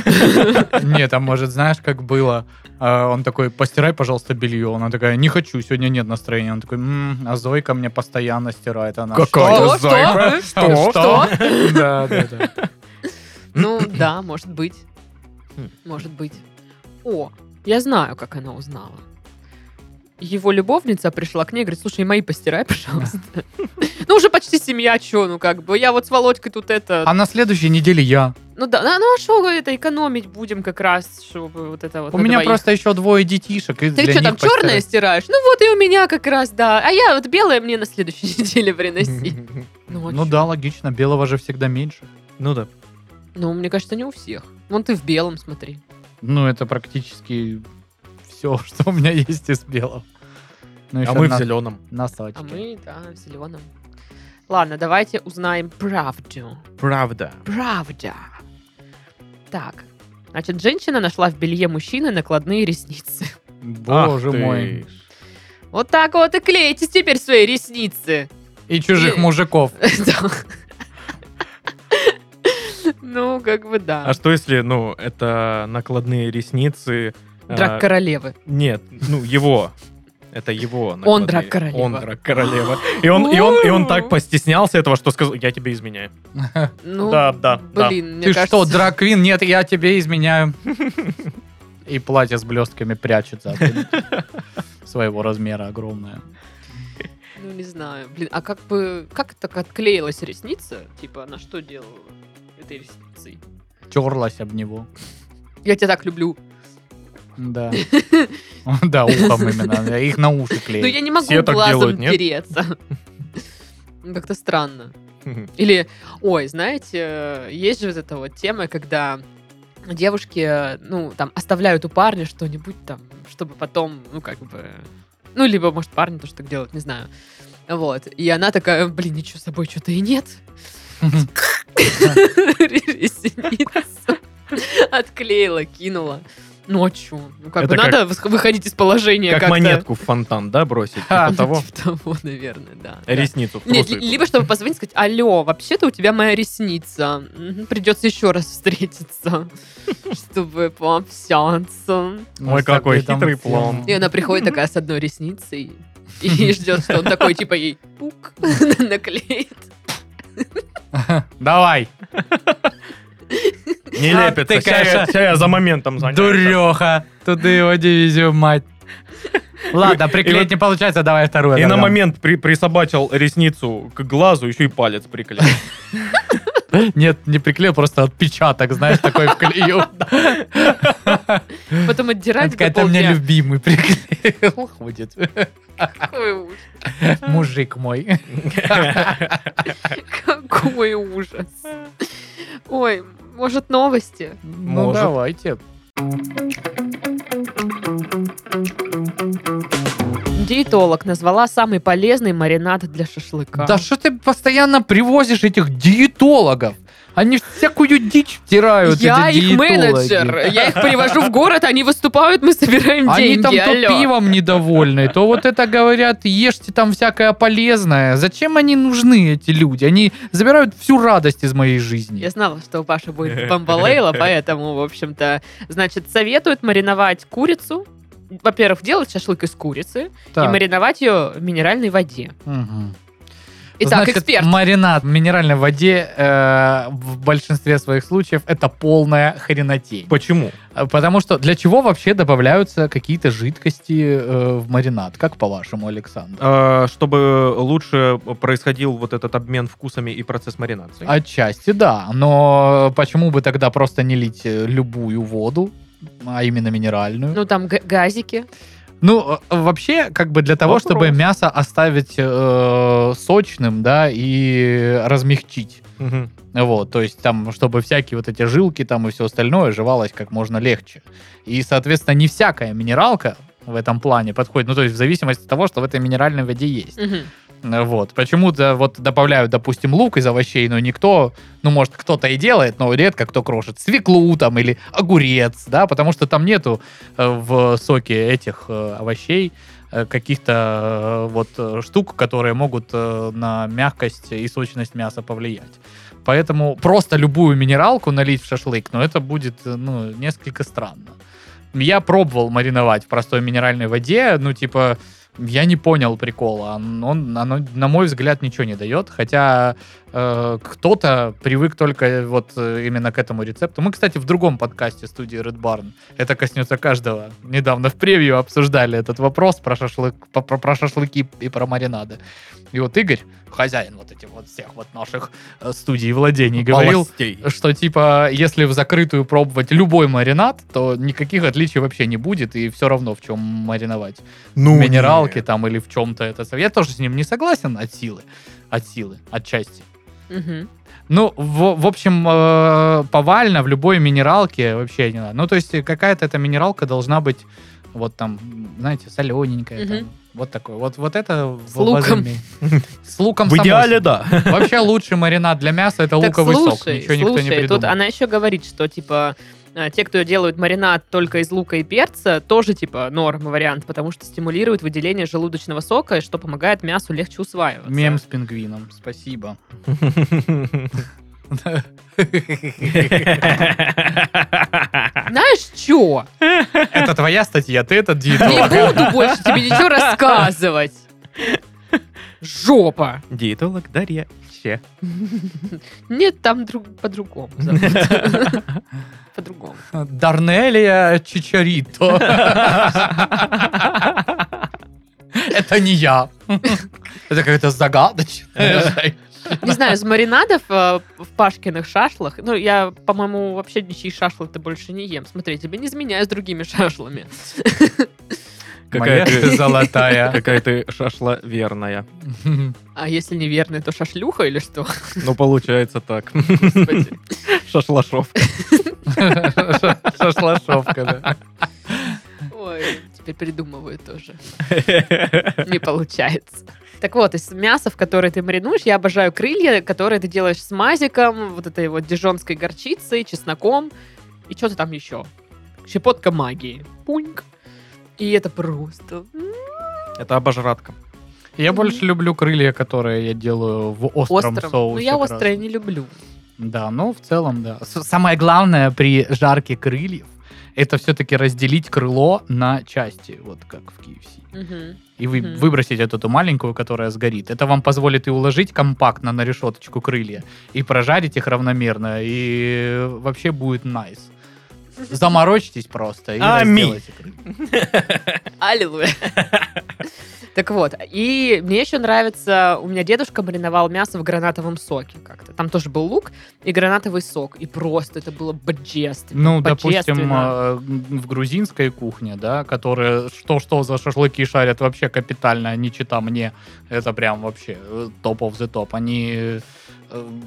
Нет, а может, знаешь, как было? А, Он такой, постирай, пожалуйста, белье. Она такая, не хочу, сегодня нет настроения. Он такой, «М, а Зойка мне постоянно стирает. Она, Что? Какая зайка? Что? Что? Да, да, да. Ну, да, может быть. Хм. Может быть. О, я знаю, как она узнала. Его любовница пришла к ней и говорит, слушай, мои постирай, пожалуйста. Ну, уже почти семья, чё, ну, как бы. Я вот с Володькой тут это... А на следующей неделе я. Ну, да, ну, ну, а что это экономить будем как раз, чтобы вот это вот У на меня двоих. просто еще двое детишек. и Ты для что, них там черное постирать. стираешь? Ну вот и у меня как раз, да. А я вот белое мне на следующей неделе приносить. Ну, а Ну чё? да, логично, белого же всегда меньше. Ну да. Ну, мне кажется, не у всех. Вон ты в белом, смотри. Ну, это практически все, что у меня есть из белого. Ну, А ещё мы в на- зеленом. Носочки. А мы, да, в зеленом. Ладно, давайте узнаем правду. Правда. Правда. Так. Значит, женщина нашла в белье мужчины накладные ресницы. Боже Ах ты мой. ж. Вот так вот и клеите теперь свои ресницы. И чужих И- мужиков. Да. Ну, как бы да. А что если, ну, это накладные ресницы? а, Драк королевы. Нет, ну, его. Это его. накладные. драк королева. Он драк королева. И он, и, он, и он так У-у-у. постеснялся этого, что сказал, я тебе изменяю. Ну, Да, да, да. Блин, мне Ты кажется... что, драквин? Нет, я тебе изменяю. И платье с блестками прячется. от Своего размера огромное. Ну, не знаю. Блин, а как бы... Как так отклеилась ресница? Типа, она что делала этой ресницей? Терлась об него. Я тебя так люблю. Да. Да, ухом именно. Их на уши Ну, я клеит. не могу Э, Все так глазом делают, нет? переться. Ну, Как-то странно. Или, ой, знаете, э, есть же вот эта вот тема, когда девушки, э, ну, там, оставляют у парня что-нибудь там, чтобы потом, ну, как бы... Ну, либо, может, парни тоже так делают, не знаю. Вот. И она такая, блин, ничего с собой что-то и нет. Ресница. Отклеила, кинула. Ну, а чё? Ну, как Это бы как- надо выс- выходить из положения Как как-то. монетку в фонтан, да, бросить? Ха. Типа того. Типа того, наверное, да. Да. Ресницу в Нет, трусы. ли- либо чтобы позвонить и сказать, алло, вообще-то у тебя моя ресница. Мгм, Придется еще раз встретиться, чтобы пообщаться. Ну, Ой, какой с обидом хитрый всем. план. ну, И она приходит такая с одной ресницей. и ждет, что он такой, типа, ей пук наклеит. Давай, Не А лепит. ты, конечно, Сейчас я за моментом занят. дуреха, туда его дивизию, мать. Ладно, И приклеить вот- не получается, давай вторую. И на отдам. момент при- присобачил ресницу к глазу, еще и палец приклеил. Нет, не приклеил, просто отпечаток, знаешь, такой вклеил. Потом Она отдирать такая, до это мне полдня. любимый приклеил. Ходит. Какой ужас. Мужик мой. Какой ужас. Ой, может, новости? Ну, Может. давайте. Диетолог назвала самый полезный маринад для шашлыка. Да что ты постоянно привозишь этих диетологов? Они всякую дичь втирают, я эти их диетологи. менеджер. Я их привожу в город, они выступают, мы собираем Они деньги. там то алло. пивом недовольны, то вот это говорят, ешьте там всякое полезное. Зачем они нужны, эти люди? Они забирают всю радость из моей жизни. Я знала, что Паша будет бомбалейла, поэтому, в общем-то, значит, советуют мариновать курицу. Во-первых, делать шашлык из курицы и Так, мариновать ее в минеральной воде. мгм. Итак, Значит, эксперт. маринад в минеральной воде э, в большинстве своих случаев это полная хренотень. Почему? Потому что для чего вообще добавляются какие-то жидкости э, в маринад? Как по-вашему, Александр? Э, Чтобы лучше происходил вот этот обмен вкусами и процесс маринации. Отчасти да, но почему бы тогда просто не лить э, любую воду, а именно минеральную? Ну, там г- газики. Ну, э, вообще, как бы для того, Вопрос. чтобы мясо оставить э, сочным, да, и размягчить. Мгм. Вот, то есть там, чтобы всякие вот эти жилки там и все остальное жевалось как можно легче. И, соответственно, не всякая минералка в этом плане подходит, ну, то есть в зависимости от того, что в этой минеральной воде есть. Мгм. Э, Вот, почему-то вот добавляют, допустим, лук из овощей, но никто, ну, может, кто-то и делает, но редко кто крошит свеклу там или огурец, да, потому что там нету э, в соке этих э, овощей э, каких-то э, вот э, штук, которые могут э, на мягкость и сочность мяса повлиять. Поэтому просто любую минералку налить в шашлык, но это будет, э, ну, несколько странно. Я пробовал мариновать в простой минеральной воде, ну, типа, я не понял прикола. Он, он- оно, на мой взгляд, ничего не дает. Хотя э, кто-то привык только вот э, именно к этому рецепту. Мы, кстати, в другом подкасте студии Red Barn. Это коснется каждого. Недавно в превью обсуждали этот вопрос про, шашлык, по- про, про шашлыки и про маринады. И вот Игорь, хозяин вот этих вот всех вот наших э, студий владений, говорил, Полостей. что типа, если в закрытую пробовать любой маринад, то никаких отличий вообще не будет, и все равно в чем мариновать Ну, минералки нет. там или в чем-то это. Я тоже с ним не согласен от силы. От силы, отчасти. Мгм. Ну, в, в общем, э, повально в любой минералке вообще не надо. Ну, то есть какая-то эта минералка должна быть вот там, знаете, солененькая. Мгм. там, вот такой. Вот, вот это... в- С луком. возыми- С луком В само идеале, собой. да. Вообще лучший маринад для мяса это Так, луковый сок. слушай, Ничего никто не слушай, тут придумал. она еще говорит, что, типа, э, те, кто делают маринад только из лука и перца, тоже, типа, норм вариант, потому что стимулирует выделение желудочного сока, что помогает мясу легче усваиваться. Мем с пингвином. Спасибо. Знаешь, что? Это твоя статья, ты этот Не диетолог. буду больше тебе ничего рассказывать. Жопа. Диетолог Дарья. Ще. Нет, там друг- по-другому. зовут. По-другому. Дарнелия Чичарито. Это не я. Это какая-то загадочная Не знаю, из маринадов э, в Пашкиных шашлах, ну, я, по-моему, вообще ничьи шашлык-то больше не ем. Смотри, я тебе не изменяю с другими шашлами. Какая ты ты, золотая. какая ты шашла верная. А если неверный, то шашлюха или что? Ну, получается так. Господи. Шашлашов. Шашлашовка, да. Ой, теперь придумываю тоже. Не получается. Так вот, из мясов, которые ты маринуешь, я обожаю крылья, которые ты делаешь с мазиком, вот этой вот дижонской горчицей, чесноком и что-то там еще. Щепотка магии. Пуньк. И это просто... м, Это обожратка. Я больше люблю крылья, которые я делаю в остром Острым. соусе. Ну, я красном. острое не люблю. Да, ну, в целом, да. С- Самое главное при жарке крыльев это все-таки разделить крыло на части, вот как в KFC. Мгм. И вы, Мгм. выбросить вот эту маленькую, которая сгорит. Это вам позволит и уложить компактно на решеточку крылья, и прожарить их равномерно, и вообще будет найс. Заморочьтесь просто и Аминь. разделайте крылья. Аллилуйя. Так вот, и мне еще нравится, у меня дедушка мариновал мясо в гранатовом соке как-то. Там тоже был лук и гранатовый сок. И просто это было божественно. Ну, допустим, божественно. э, в грузинской кухне, да, которая что-что за шашлыки шарят вообще капитально, они чита мне, это прям вообще топ of the топ. Они, э,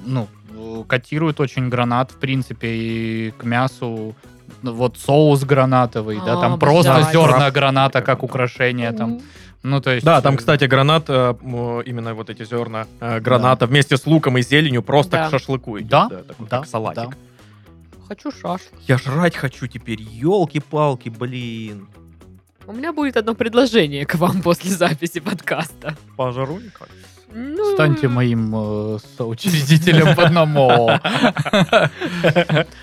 ну, э, котируют очень гранат, в принципе, и к мясу ну, вот соус гранатовый, да, А, там просто обожаю. зерна граната как украшение там. Ну, то есть... Да, там, э, кстати, гранат, э, м, именно вот эти зерна э, граната вместе с луком и зеленью просто Да. к шашлыку идет. Да, такой, да, как салатик. да. Хочу шашлык. Я жрать хочу теперь, елки-палки, блин. У меня будет одно предложение к вам после записи подкаста. Пожару никак. Ну, Станьте моим э, соучредителем в одном ООО.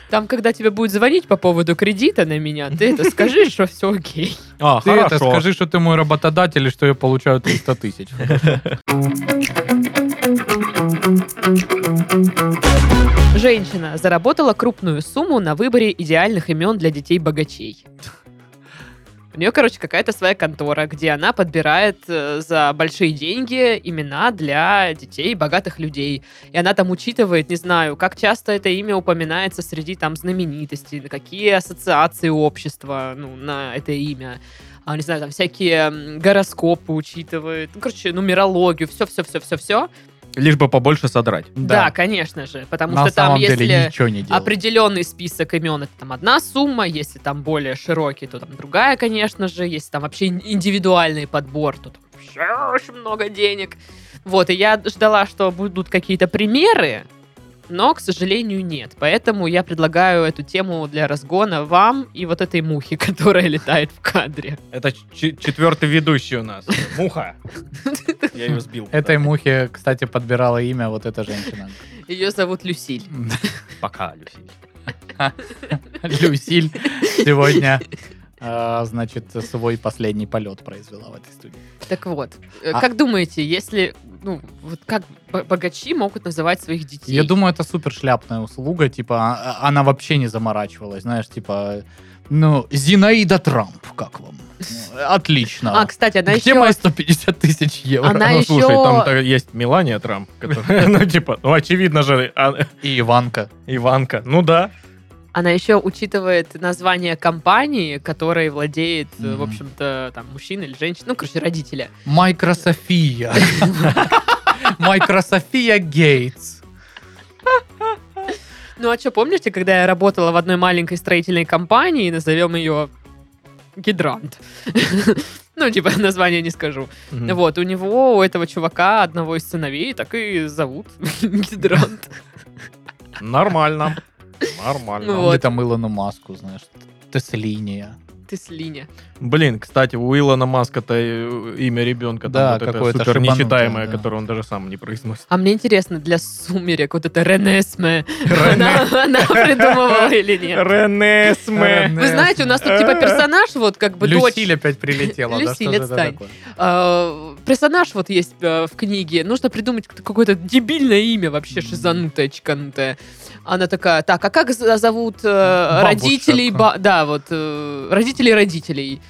Там, когда тебе будет звонить по поводу кредита на меня, ты это скажи, что все окей. А, Ты это хорошо. скажи, что ты мой работодатель и что я получаю 300 тысяч. Женщина заработала крупную сумму на выборе идеальных имен для детей-богачей. У нее, короче, какая-то своя контора, где она подбирает э, за большие деньги имена для детей богатых людей. И она там учитывает, не знаю, как часто это имя упоминается среди там знаменитостей, на какие ассоциации общества ну, на это имя. А, не знаю, там всякие м, гороскопы учитывает. Ну, короче, нумерологию, все-все-все-все-все. Лишь бы побольше содрать. Да. конечно же. Потому На что там, самом если деле ничего не делал. определенный список имен это там одна сумма, если там более широкий, то там другая, конечно же, если там вообще ин- индивидуальный подбор, то там вообще очень много денег. Вот, и я ждала, что будут какие-то примеры, но, к сожалению, нет. Поэтому я предлагаю эту тему для разгона вам и вот этой мухе, которая летает в кадре. Это ч- четвертый ведущий у нас. Муха. Я ее сбил. Этой мухе, кстати, подбирала имя вот эта женщина. Ее зовут Люсиль. Пока, Люсиль. Люсиль сегодня, э, значит, свой последний полет произвела в этой студии. Так вот, э, А- как думаете, если, ну, вот как бо- богачи могут называть своих детей? Я думаю, это супер шляпная услуга, типа, а- а- она вообще не заморачивалась, знаешь, типа, ну, Зинаида Трамп, как вам? Ну, Отлично. А, кстати, она Где еще... мои 150 тысяч евро? Она Ну, еще- слушай, там-то есть Мелания Трамп, которая, ну, типа, ну, очевидно же, а, И Иванка. Иванка. Ну, да. Она еще учитывает название компании, которой владеет, э, Мгм. в общем-то, там, мужчина или женщина, ну, короче, родители. Майкрософия. Майкрософия Гейтс. Ну, а что, помните, когда я работала в одной маленькой строительной компании, назовем ее Гидрант? Ну, типа, название не скажу. Вот, у него, у этого чувака, одного из сыновей, так и зовут Гидрант. Нормально. Нормально. Ну, Вот. Где-то Илону Маску, знаешь. Теслиния. Ты слиня. Блин, кстати, у Илона Маска-то э, имя ребенка, там Да, вот это какое-то супер нечитаемое, шибанутое, да. которое он даже сам не произносит. А мне интересно, для сумерек вот это Ренесме, она она придумывала или нет? Ренесме. Вы знаете, у нас тут типа персонаж, вот как бы дочь. Люсиль опять прилетела. да, что Люсиль, же это отстань. такое? Э, персонаж вот есть э, в книге. Нужно придумать какое- какое-то дебильное имя вообще Мгм. шизанутое, чеканутое. Она такая, так, а как за- зовут э, Бабушек. родителей, ба- да, вот, э, родителей родителей?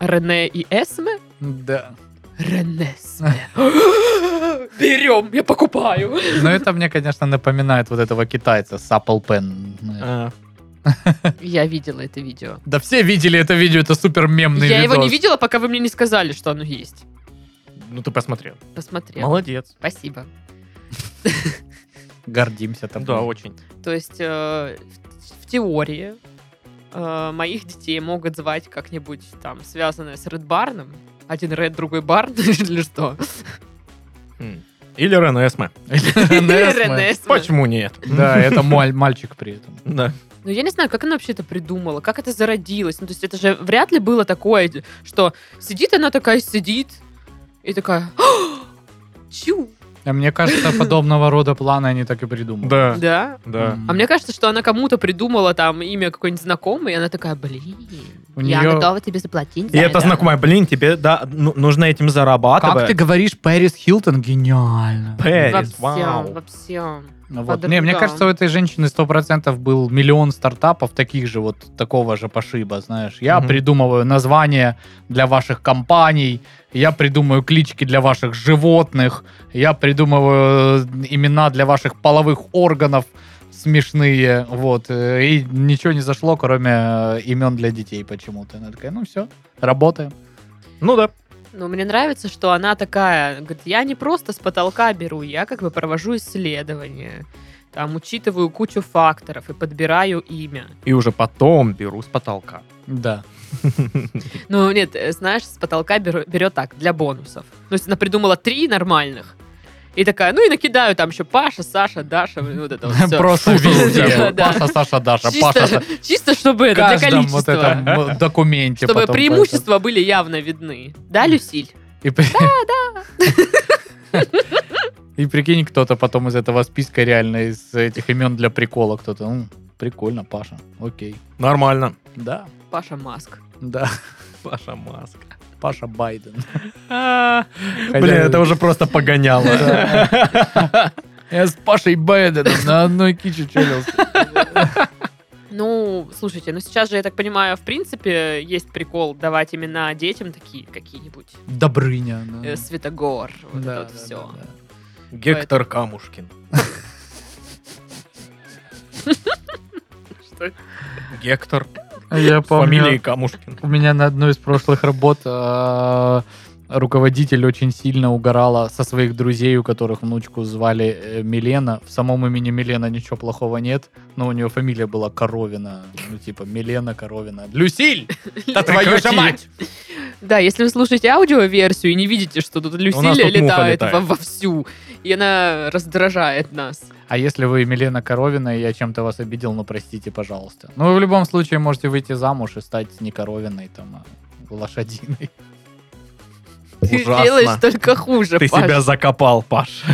Рене и Эсме? Да. Ренесме. Берем, я покупаю. Но это мне, конечно, напоминает вот этого китайца с Apple Pen. знаешь. А, Я видела это видео. Да все видели это видео, это супер мемный Я его не видел. видела, пока вы мне не сказали, что оно есть. Ну, ты посмотрел. Посмотрела. Молодец. Спасибо. Гордимся там. Да, очень. То есть э, в, в теории э, моих детей могут звать как-нибудь там связанное с Ред Барном. Один Ред, другой Барн или что? М. Или Ренесме. Несме. Ренесме. Почему нет? Да, это маль- мальчик при этом. Да. Ну, я не знаю, как она вообще это придумала, как это зародилось. Ну, то есть это же вряд ли было такое, что сидит она такая, сидит, и такая, «А, чу, А Мне кажется, подобного рода планы они так и придумали. Да, Да? да. А мне кажется, что она кому-то придумала там имя какой-нибудь знакомый, и она такая, блин, У я неё- готова тебе заплатить. И это знакомая, блин, тебе да, ну- нужно Как этим ты зарабатывать. говоришь, Пэрис Хилтон гениально. Во Пэрис, всем, вау. во всем. Ну вот. Подруга. Не, мне кажется, у этой женщины 100% был миллион стартапов таких же, вот такого же пошиба, знаешь. Я Мгм. придумываю названия для ваших компаний, я придумаю клички для ваших животных, я придумываю э, имена для ваших половых органов смешные, вот. э, И ничего не зашло, кроме э, имен для детей почему-то. Она такая, ну все, работаем. Ну да. Ну, мне нравится, что она такая, говорит, я не просто с потолка беру, я как бы провожу исследования, там учитываю кучу факторов и подбираю имя. И уже потом беру с потолка. Да. Ну, нет, э, знаешь, с потолка беру- берет так, для бонусов. То есть она придумала три нормальных. И такая, ну и накидаю там еще Паша, Саша, Даша, вот это вот всё. Просто Шутер везде. у тебя. Да. Паша, Саша, Даша, Паша, Са- Чисто, чисто чтобы это, для каждом количества. вот этом м, документе. чтобы потом преимущества были явно видны. Да, Люсиль? поэтому. И при- И прикинь, кто-то потом из этого списка реально из этих имен для прикола кто-то. «М, Прикольно, Паша. Окей. Нормально. Да, Паша Маск. да. Паша Маск. Паша Байден. Блин, это уже просто погоняло. Я с Пашей Байденом на одной киче челился. Ну, слушайте, ну сейчас же, я так понимаю, в принципе, есть прикол давать имена детям такие какие-нибудь. Добрыня. да. Э, Светогор, вот Да, это вот да, все. да, да. Гектор Камушкин. Что это? Гектор. Я помню. Фамилии Камушкин. У меня на одной из прошлых работ э, руководитель очень сильно угорала со своих друзей, у которых внучку звали э, Милена. В самом имени Милена ничего плохого нет, но у нее фамилия была Коровина. Ну, типа, Милена Коровина. Люсиль! Да твою же Прекрати. мать! Да, если вы слушаете аудиоверсию и не видите, что тут Люсилия тут муха летает летает. во- вовсю, и она раздражает нас. А если вы Милена Коровина, и я чем-то вас обидел, ну, простите, пожалуйста. Ну, вы в любом случае можете выйти замуж и стать не Коровиной, там, а лошадиной. Ты Ужасно. делаешь только хуже, Ты Паш. себя закопал, Паш.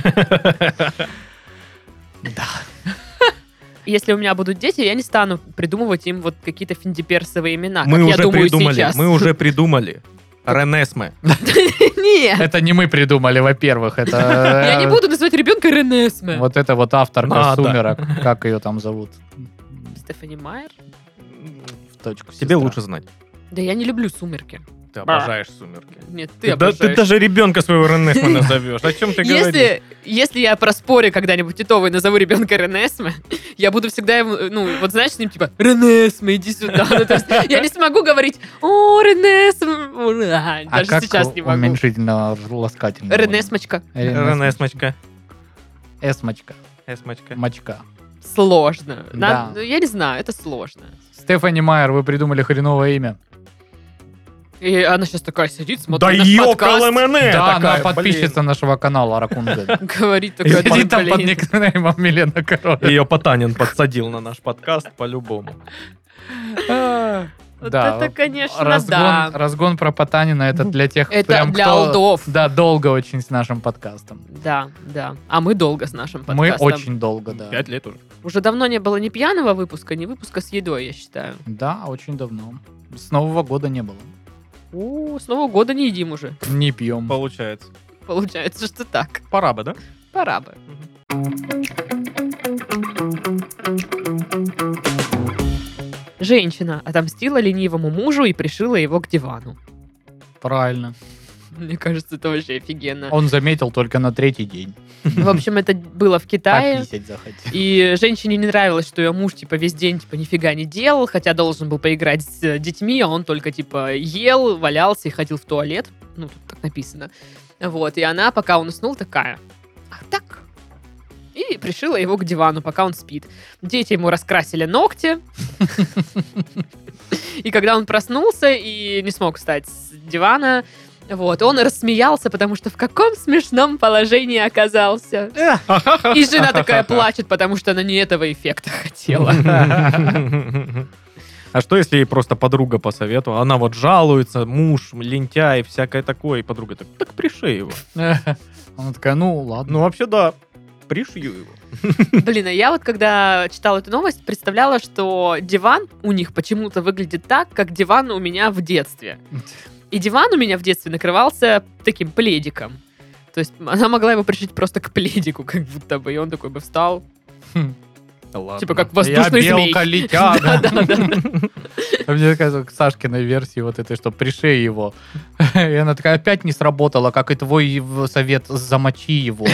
Если у меня будут дети, я не стану придумывать им вот какие-то финдиперсовые имена, Мы А как я уже думаю придумали. сейчас. Мы уже придумали. Ренесме. Нет, Это не мы придумали, во-первых. Это... э, я Э, не буду называть ребенка Ренесме. Вот это вот авторка Надо. «Сумерок», как ее там зовут? Стефани Майер? В точку. Тебе сестра. лучше знать. Да я не люблю «Сумерки». Ты обожаешь сумерки. Нет, ты Ты да- обожаешь. ты даже ребенка своего Ренесме назовешь. О чем ты говоришь? Если, если я проспорю когда-нибудь Титова и назову ребенка Ренесме, я буду всегда, ему, ну, вот знаешь, с ним типа «Ренесме, иди сюда». Ну, то есть я не смогу говорить «О, Ренесме». ура». А Даже как сейчас не могу. уменьшительно ласкательно? Ренесмочка. Ренесмочка. Эсмочка. Эсмочка. Мочка. Сложно. Да. Надо- ну, я не знаю, это сложно. Стефани Майер, вы придумали хреновое имя. И она сейчас такая сидит, смотрит Да наш ёкала подкаст, мене! да, она Э! такая, подписчица нашего канала Ракунга. говорит такая, Сидит там под «Блин». никнеймом Милена блин. Коровина. Ее Потанин подсадил на наш подкаст по-любому. Вот А, Да, это, конечно, да. Разгон, разгон про Потанина это для тех, Это прям для кто- олдов. Да, долго очень с нашим подкастом. Да, да. А мы долго с нашим подкастом. Мы очень долго, да. Пять лет уже. Уже давно не было ни пьяного выпуска, ни выпуска с едой, я считаю. Да, очень давно. С Нового года не было. У, с Нового года не едим уже. Не пьем. Получается. Получается, что так. Пора бы, да? Пора бы. Женщина отомстила ленивому мужу и пришила его к дивану. Правильно. Мне кажется, это вообще офигенно. Он заметил только на третий день. В общем, это было в Так Китае. писать захотел. И женщине не нравилось, что ее муж, типа, весь день, типа, нифига не делал, хотя должен был поиграть с э, детьми, а он только, типа, ел, валялся и ходил в туалет. Ну, тут так написано. Вот, и она, пока он уснул, такая, а так? И пришила его к дивану, пока он спит. Дети ему раскрасили ногти. И когда он проснулся и не смог встать с дивана, вот, он рассмеялся, потому что в каком смешном положении оказался. И жена такая плачет, потому что она не этого эффекта хотела. А что, если ей просто подруга посоветовала? Она вот жалуется, муж, лентяй, всякое такое. И подруга так, так пришей его. Она такая, ну ладно. Ну, вообще, да. Пришью его. Блин, а я вот когда читала эту новость, представляла, что диван у них почему-то выглядит так, как диван у меня в детстве. И диван у меня в детстве накрывался таким пледиком. То есть она могла его пришить просто к пледику, как будто бы, и он такой бы встал. Ну, Ладно. Типа как воздушный Я змей. белка летяга. Да-да-да. А Мне кажется, к Сашкиной версии вот этой, что пришей его. И она такая, опять не сработала, как и твой в- совет, замочи его.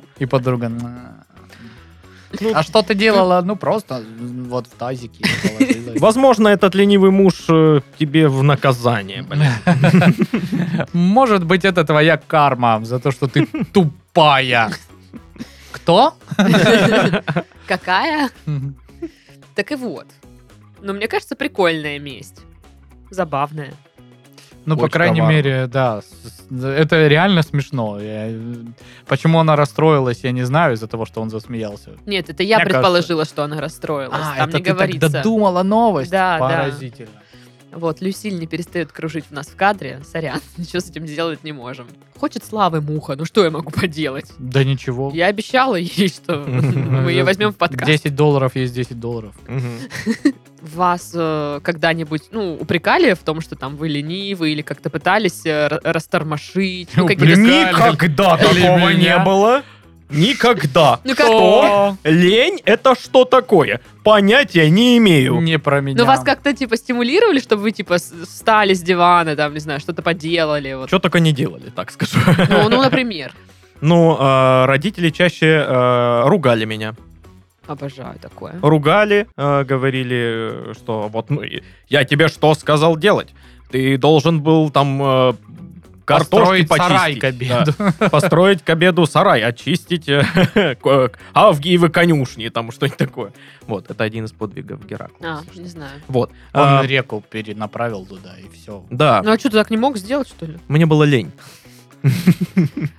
И подруга, «На». Ну, а что ты делала? Ну, просто вот в тазике. положила. Возможно, этот ленивый муж э, тебе в наказание, блин. Может быть, это твоя карма за то, что ты тупая. Кто? Какая? Так и вот. Но мне кажется, прикольная месть. Забавная. Ну, по Очень крайней коварно. мере, да. с- с- Это реально смешно. Я, э, Почему она расстроилась, я не знаю, из-за того, что он засмеялся. «А, Нет, это я Мне предположила, что она расстроилась. Там не говорится. додумала новость? Да, да. Поразительно. Вот, Люсиль не перестает кружить у нас в кадре. Сорян, ничего с этим сделать не можем. Хочет славы муха, ну что я могу поделать? Да, ничего. Я обещала ей, что мы ее возьмем в подкаст. 10 долларов есть 10 долларов. Мгм. Вас э, когда-нибудь, ну, упрекали в том, что там вы ленивы или как-то пытались э, ра- растормошить? Ну, какие-то- Никогда такого не меня. было. Никогда. Ну, как- Что? Лень — это что такое? Понятия не имею. Не про меня. Ну, вас как-то, типа, стимулировали, чтобы вы, типа, с- встали с дивана, там, не знаю, что-то поделали? Вот. Что только не делали, так скажу. Ну, ну, например. Ну, э, родители чаще э, ругали меня. Обожаю такое. Ругали, э, говорили, э, что вот ну, и- я тебе что сказал делать? Ты должен был там э, картошки Построить сарай почистить. к обеду. Да. Построить к обеду сарай, очистить э, к- Авгиевы конюшни, там что-нибудь такое. Вот, это один из подвигов Геракла. А, не знаю. Вот. Он А, реку перенаправил туда, и все. Да, Ну, а что, ты так не мог сделать, что ли? мне было лень.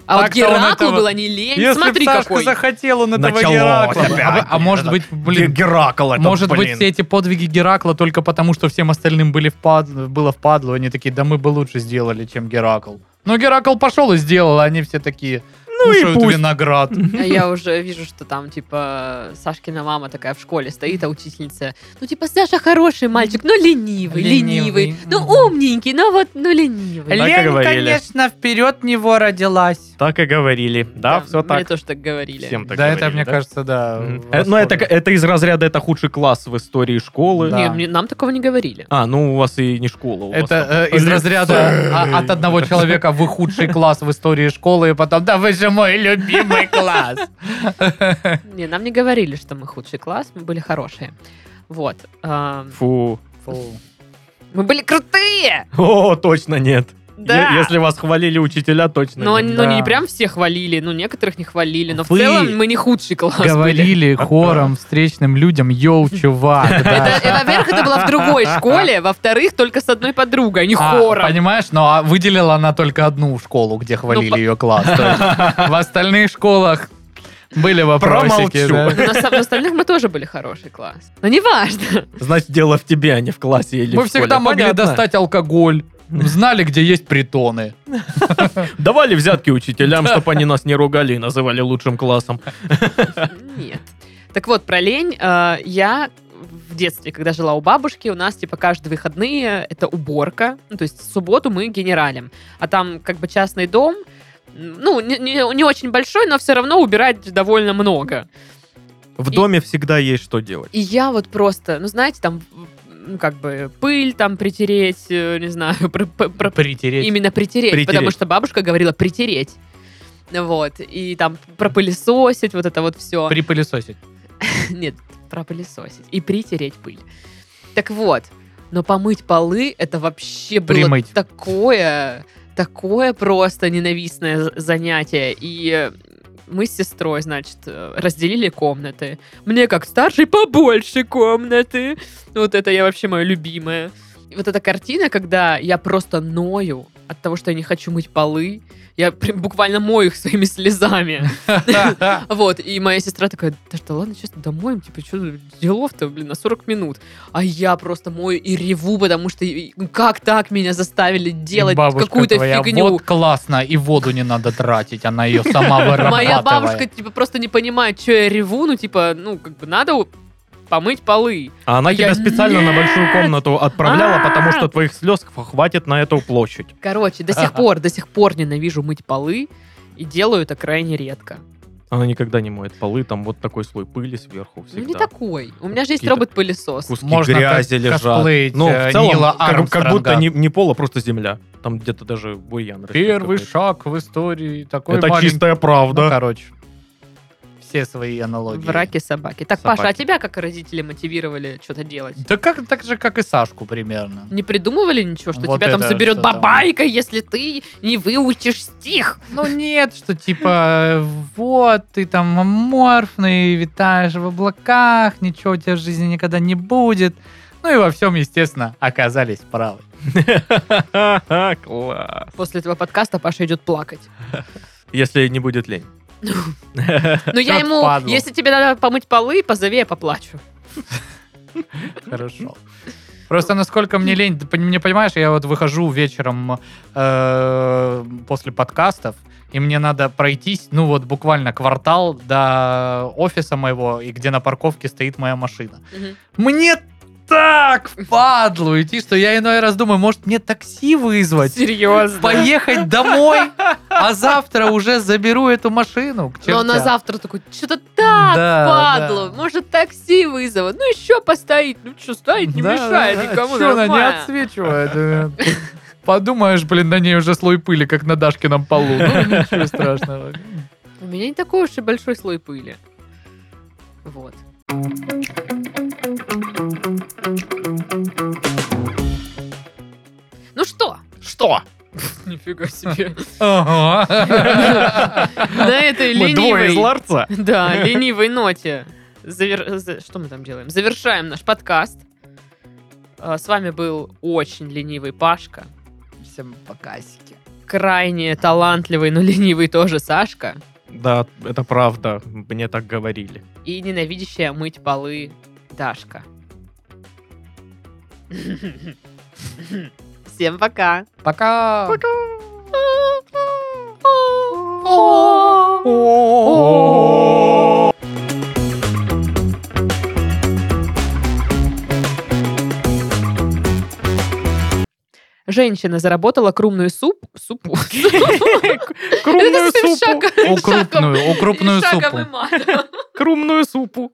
А вот Так-то он Гераклу этого- была не лень. Смотри, какой. захотел, он этого Геракла бы. А, а может быть, блин, Геракл это, может быть, блин. все эти подвиги Геракла только потому, что всем остальным были впад- было впадло, они такие, да мы бы лучше сделали, чем Геракл. Ну, Геракл пошел и сделал, а они все такие, ну и пусть». виноград. А Я уже вижу, что там, типа, Сашкина мама такая в школе стоит, а учительница, ну, типа, Саша хороший мальчик, но ленивый, ленивый. Ленивый, Ну, мгм. умненький, но вот, ну, ленивый. Так и Лень, говорили. конечно, вперед него родилась. Так и говорили. Да, все Мне так. тоже так говорили. Всем так Да, это, говорили, мне да? кажется, да. Мгм. в Э, Ну, это, восторге. это из разряда «это худший класс в истории школы». Да. Не, мне- нам такого не говорили. А, ну у вас и не школа. у вас там. Это э, из Лицей. разряда а, от одного человека вы худший класс в истории школы, и потом, да вы же мой любимый класс. Не, нам не говорили, что мы худший класс, мы были хорошие. Вот. а, Фу. Фу. Мы были крутые! О, точно нет. Да! Е- Если вас хвалили учителя, точно Но, ну, нет. они- но да. не прям все хвалили, ну, некоторых не хвалили, но в Вы целом мы не худший класс были. Говорили хором встречным людям, йоу, чувак. да. Это, э, во-первых, это было в другой школе, во-вторых, только с одной подругой, а не А, хором. понимаешь, но а выделила она только одну школу, где хвалили Ну, по- ее класс. То есть В остальных школах были вопросики. Промолчу. да. Но на самом- в остальных мы тоже были хороший класс. Но неважно. Значит, дело в тебе, а не в классе или Мы в школе. всегда могли Понятно. достать алкоголь. Знали, где есть притоны. Давали взятки учителям, чтобы они нас не ругали и называли лучшим классом. Нет. Так вот, про лень. э, Я в детстве, когда жила у бабушки, у нас, типа, каждые выходные это уборка. Ну, то есть в субботу мы генералим. А там, как бы, частный дом, м, ну, не, не- не очень большой, но все равно убирать довольно много. В И- доме всегда есть что делать. И я вот просто, ну, знаете, там, ну, как бы, пыль там притереть, э, не знаю, про- про- про- Притереть. Именно притереть, Притереть. потому что бабушка говорила притереть. Вот. И там пропылесосить, вот это вот все. Припылесосить. Нет, пропылесосить. И притереть пыль. Так вот. Но помыть полы, это вообще было Примыть. такое, такое просто ненавистное з- занятие. И э, мы с сестрой, значит, э, разделили комнаты. Мне, как старший, побольше комнаты. Вот это я вообще мое любимое. вот эта картина, когда я просто ною от того, что я не хочу мыть полы, я прям буквально мою их своими слезами. Вот, и моя сестра такая, да что, ладно, честно, домоем, типа, что делов-то, блин, на 40 минут. А я просто мою и реву, потому что и- как так меня заставили делать И бабушка какую-то твоя, фигню? Вот классно, и воду не надо тратить, она ее сама вырабатывает. А Моя бабушка, типа, просто не понимает, что я реву, ну, типа, ну, как бы надо у- помыть полы. А она тебя Я- А! специально на большую комнату отправляла, А-а-а. потому что твоих слез хватит на эту площадь. Короче, до сих пор, до сих пор ненавижу мыть полы и делаю это крайне редко. Она никогда не моет полы, там вот такой слой пыли сверху всегда. Ну, не такой. У меня же есть Какие-то робот-пылесос. Куски Можно грязи кос- лежат. косплеить, Ну, в э, целом, Нила как, как будто Армстронга. не, не пол, а просто земля. Там где-то даже буян растет Первый какой-то. шаг в истории такой Это маленький. чистая Ну, правда. короче, все свои аналогии. В раке собаки. Так, Паша, а Собаки. тебя как родители мотивировали что-то делать? Да как так же, как и Сашку примерно. Не придумывали ничего, что Вот тебя там это соберет что там. бабайка, если ты не выучишь стих? Ну нет, что типа, э, вот, ты там аморфный, витаешь в облаках, ничего у тебя в жизни никогда не будет. Ну и во всем, естественно, оказались правы. Класс. После этого подкаста Паша идет плакать. Если не будет лень. Но я Как ему, падла. если тебе надо помыть полы, позови, я поплачу. Хорошо. Просто насколько мне лень, ты пон- мне понимаешь, я вот выхожу вечером э, после подкастов, и мне надо пройтись, ну вот буквально квартал до офиса моего, и где на парковке стоит моя машина. Мне так падлу идти, что я иной раз думаю, может мне такси вызвать? Серьезно. Поехать домой, а завтра уже заберу эту машину. к Но на чертям. завтра такой, что-то так Да, падло, да. может такси вызовут, ну еще постоит, ну что, стоит, не Да, мешает да, да. никому, Чё она не нормально. отсвечивает? Э, Подумаешь, блин, на ней уже слой пыли, как на Дашкином полу. Ну, ничего страшного. У меня не такой уж и большой слой пыли. Вот. Ну что, Что? Нифига себе. Ага. На этой Мы двое из ленивой... ларца? Да, ленивой ноте. завер- за- Что мы там делаем? Завершаем наш подкаст. А, С вами был очень ленивый Пашка. Всем покасики. Крайне талантливый, но ленивый тоже Сашка. Да, это правда. Мне так говорили. И ненавидящая мыть полы Дашка. Всем пока. Пока. Женщина заработала крупную суп... Супу. Крумную Это с супу. шага- Укрупную, укрупную шагом и супу. матом. Крумную супу.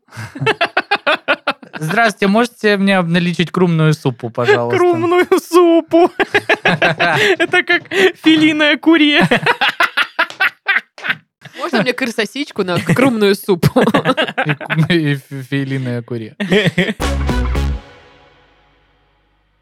Здравствуйте, можете мне обналичить крумную супу, пожалуйста? Крумную супу. Это как филиная курья. Можно мне крысосичку на крупную супу? И ку- И фи- филиная курья.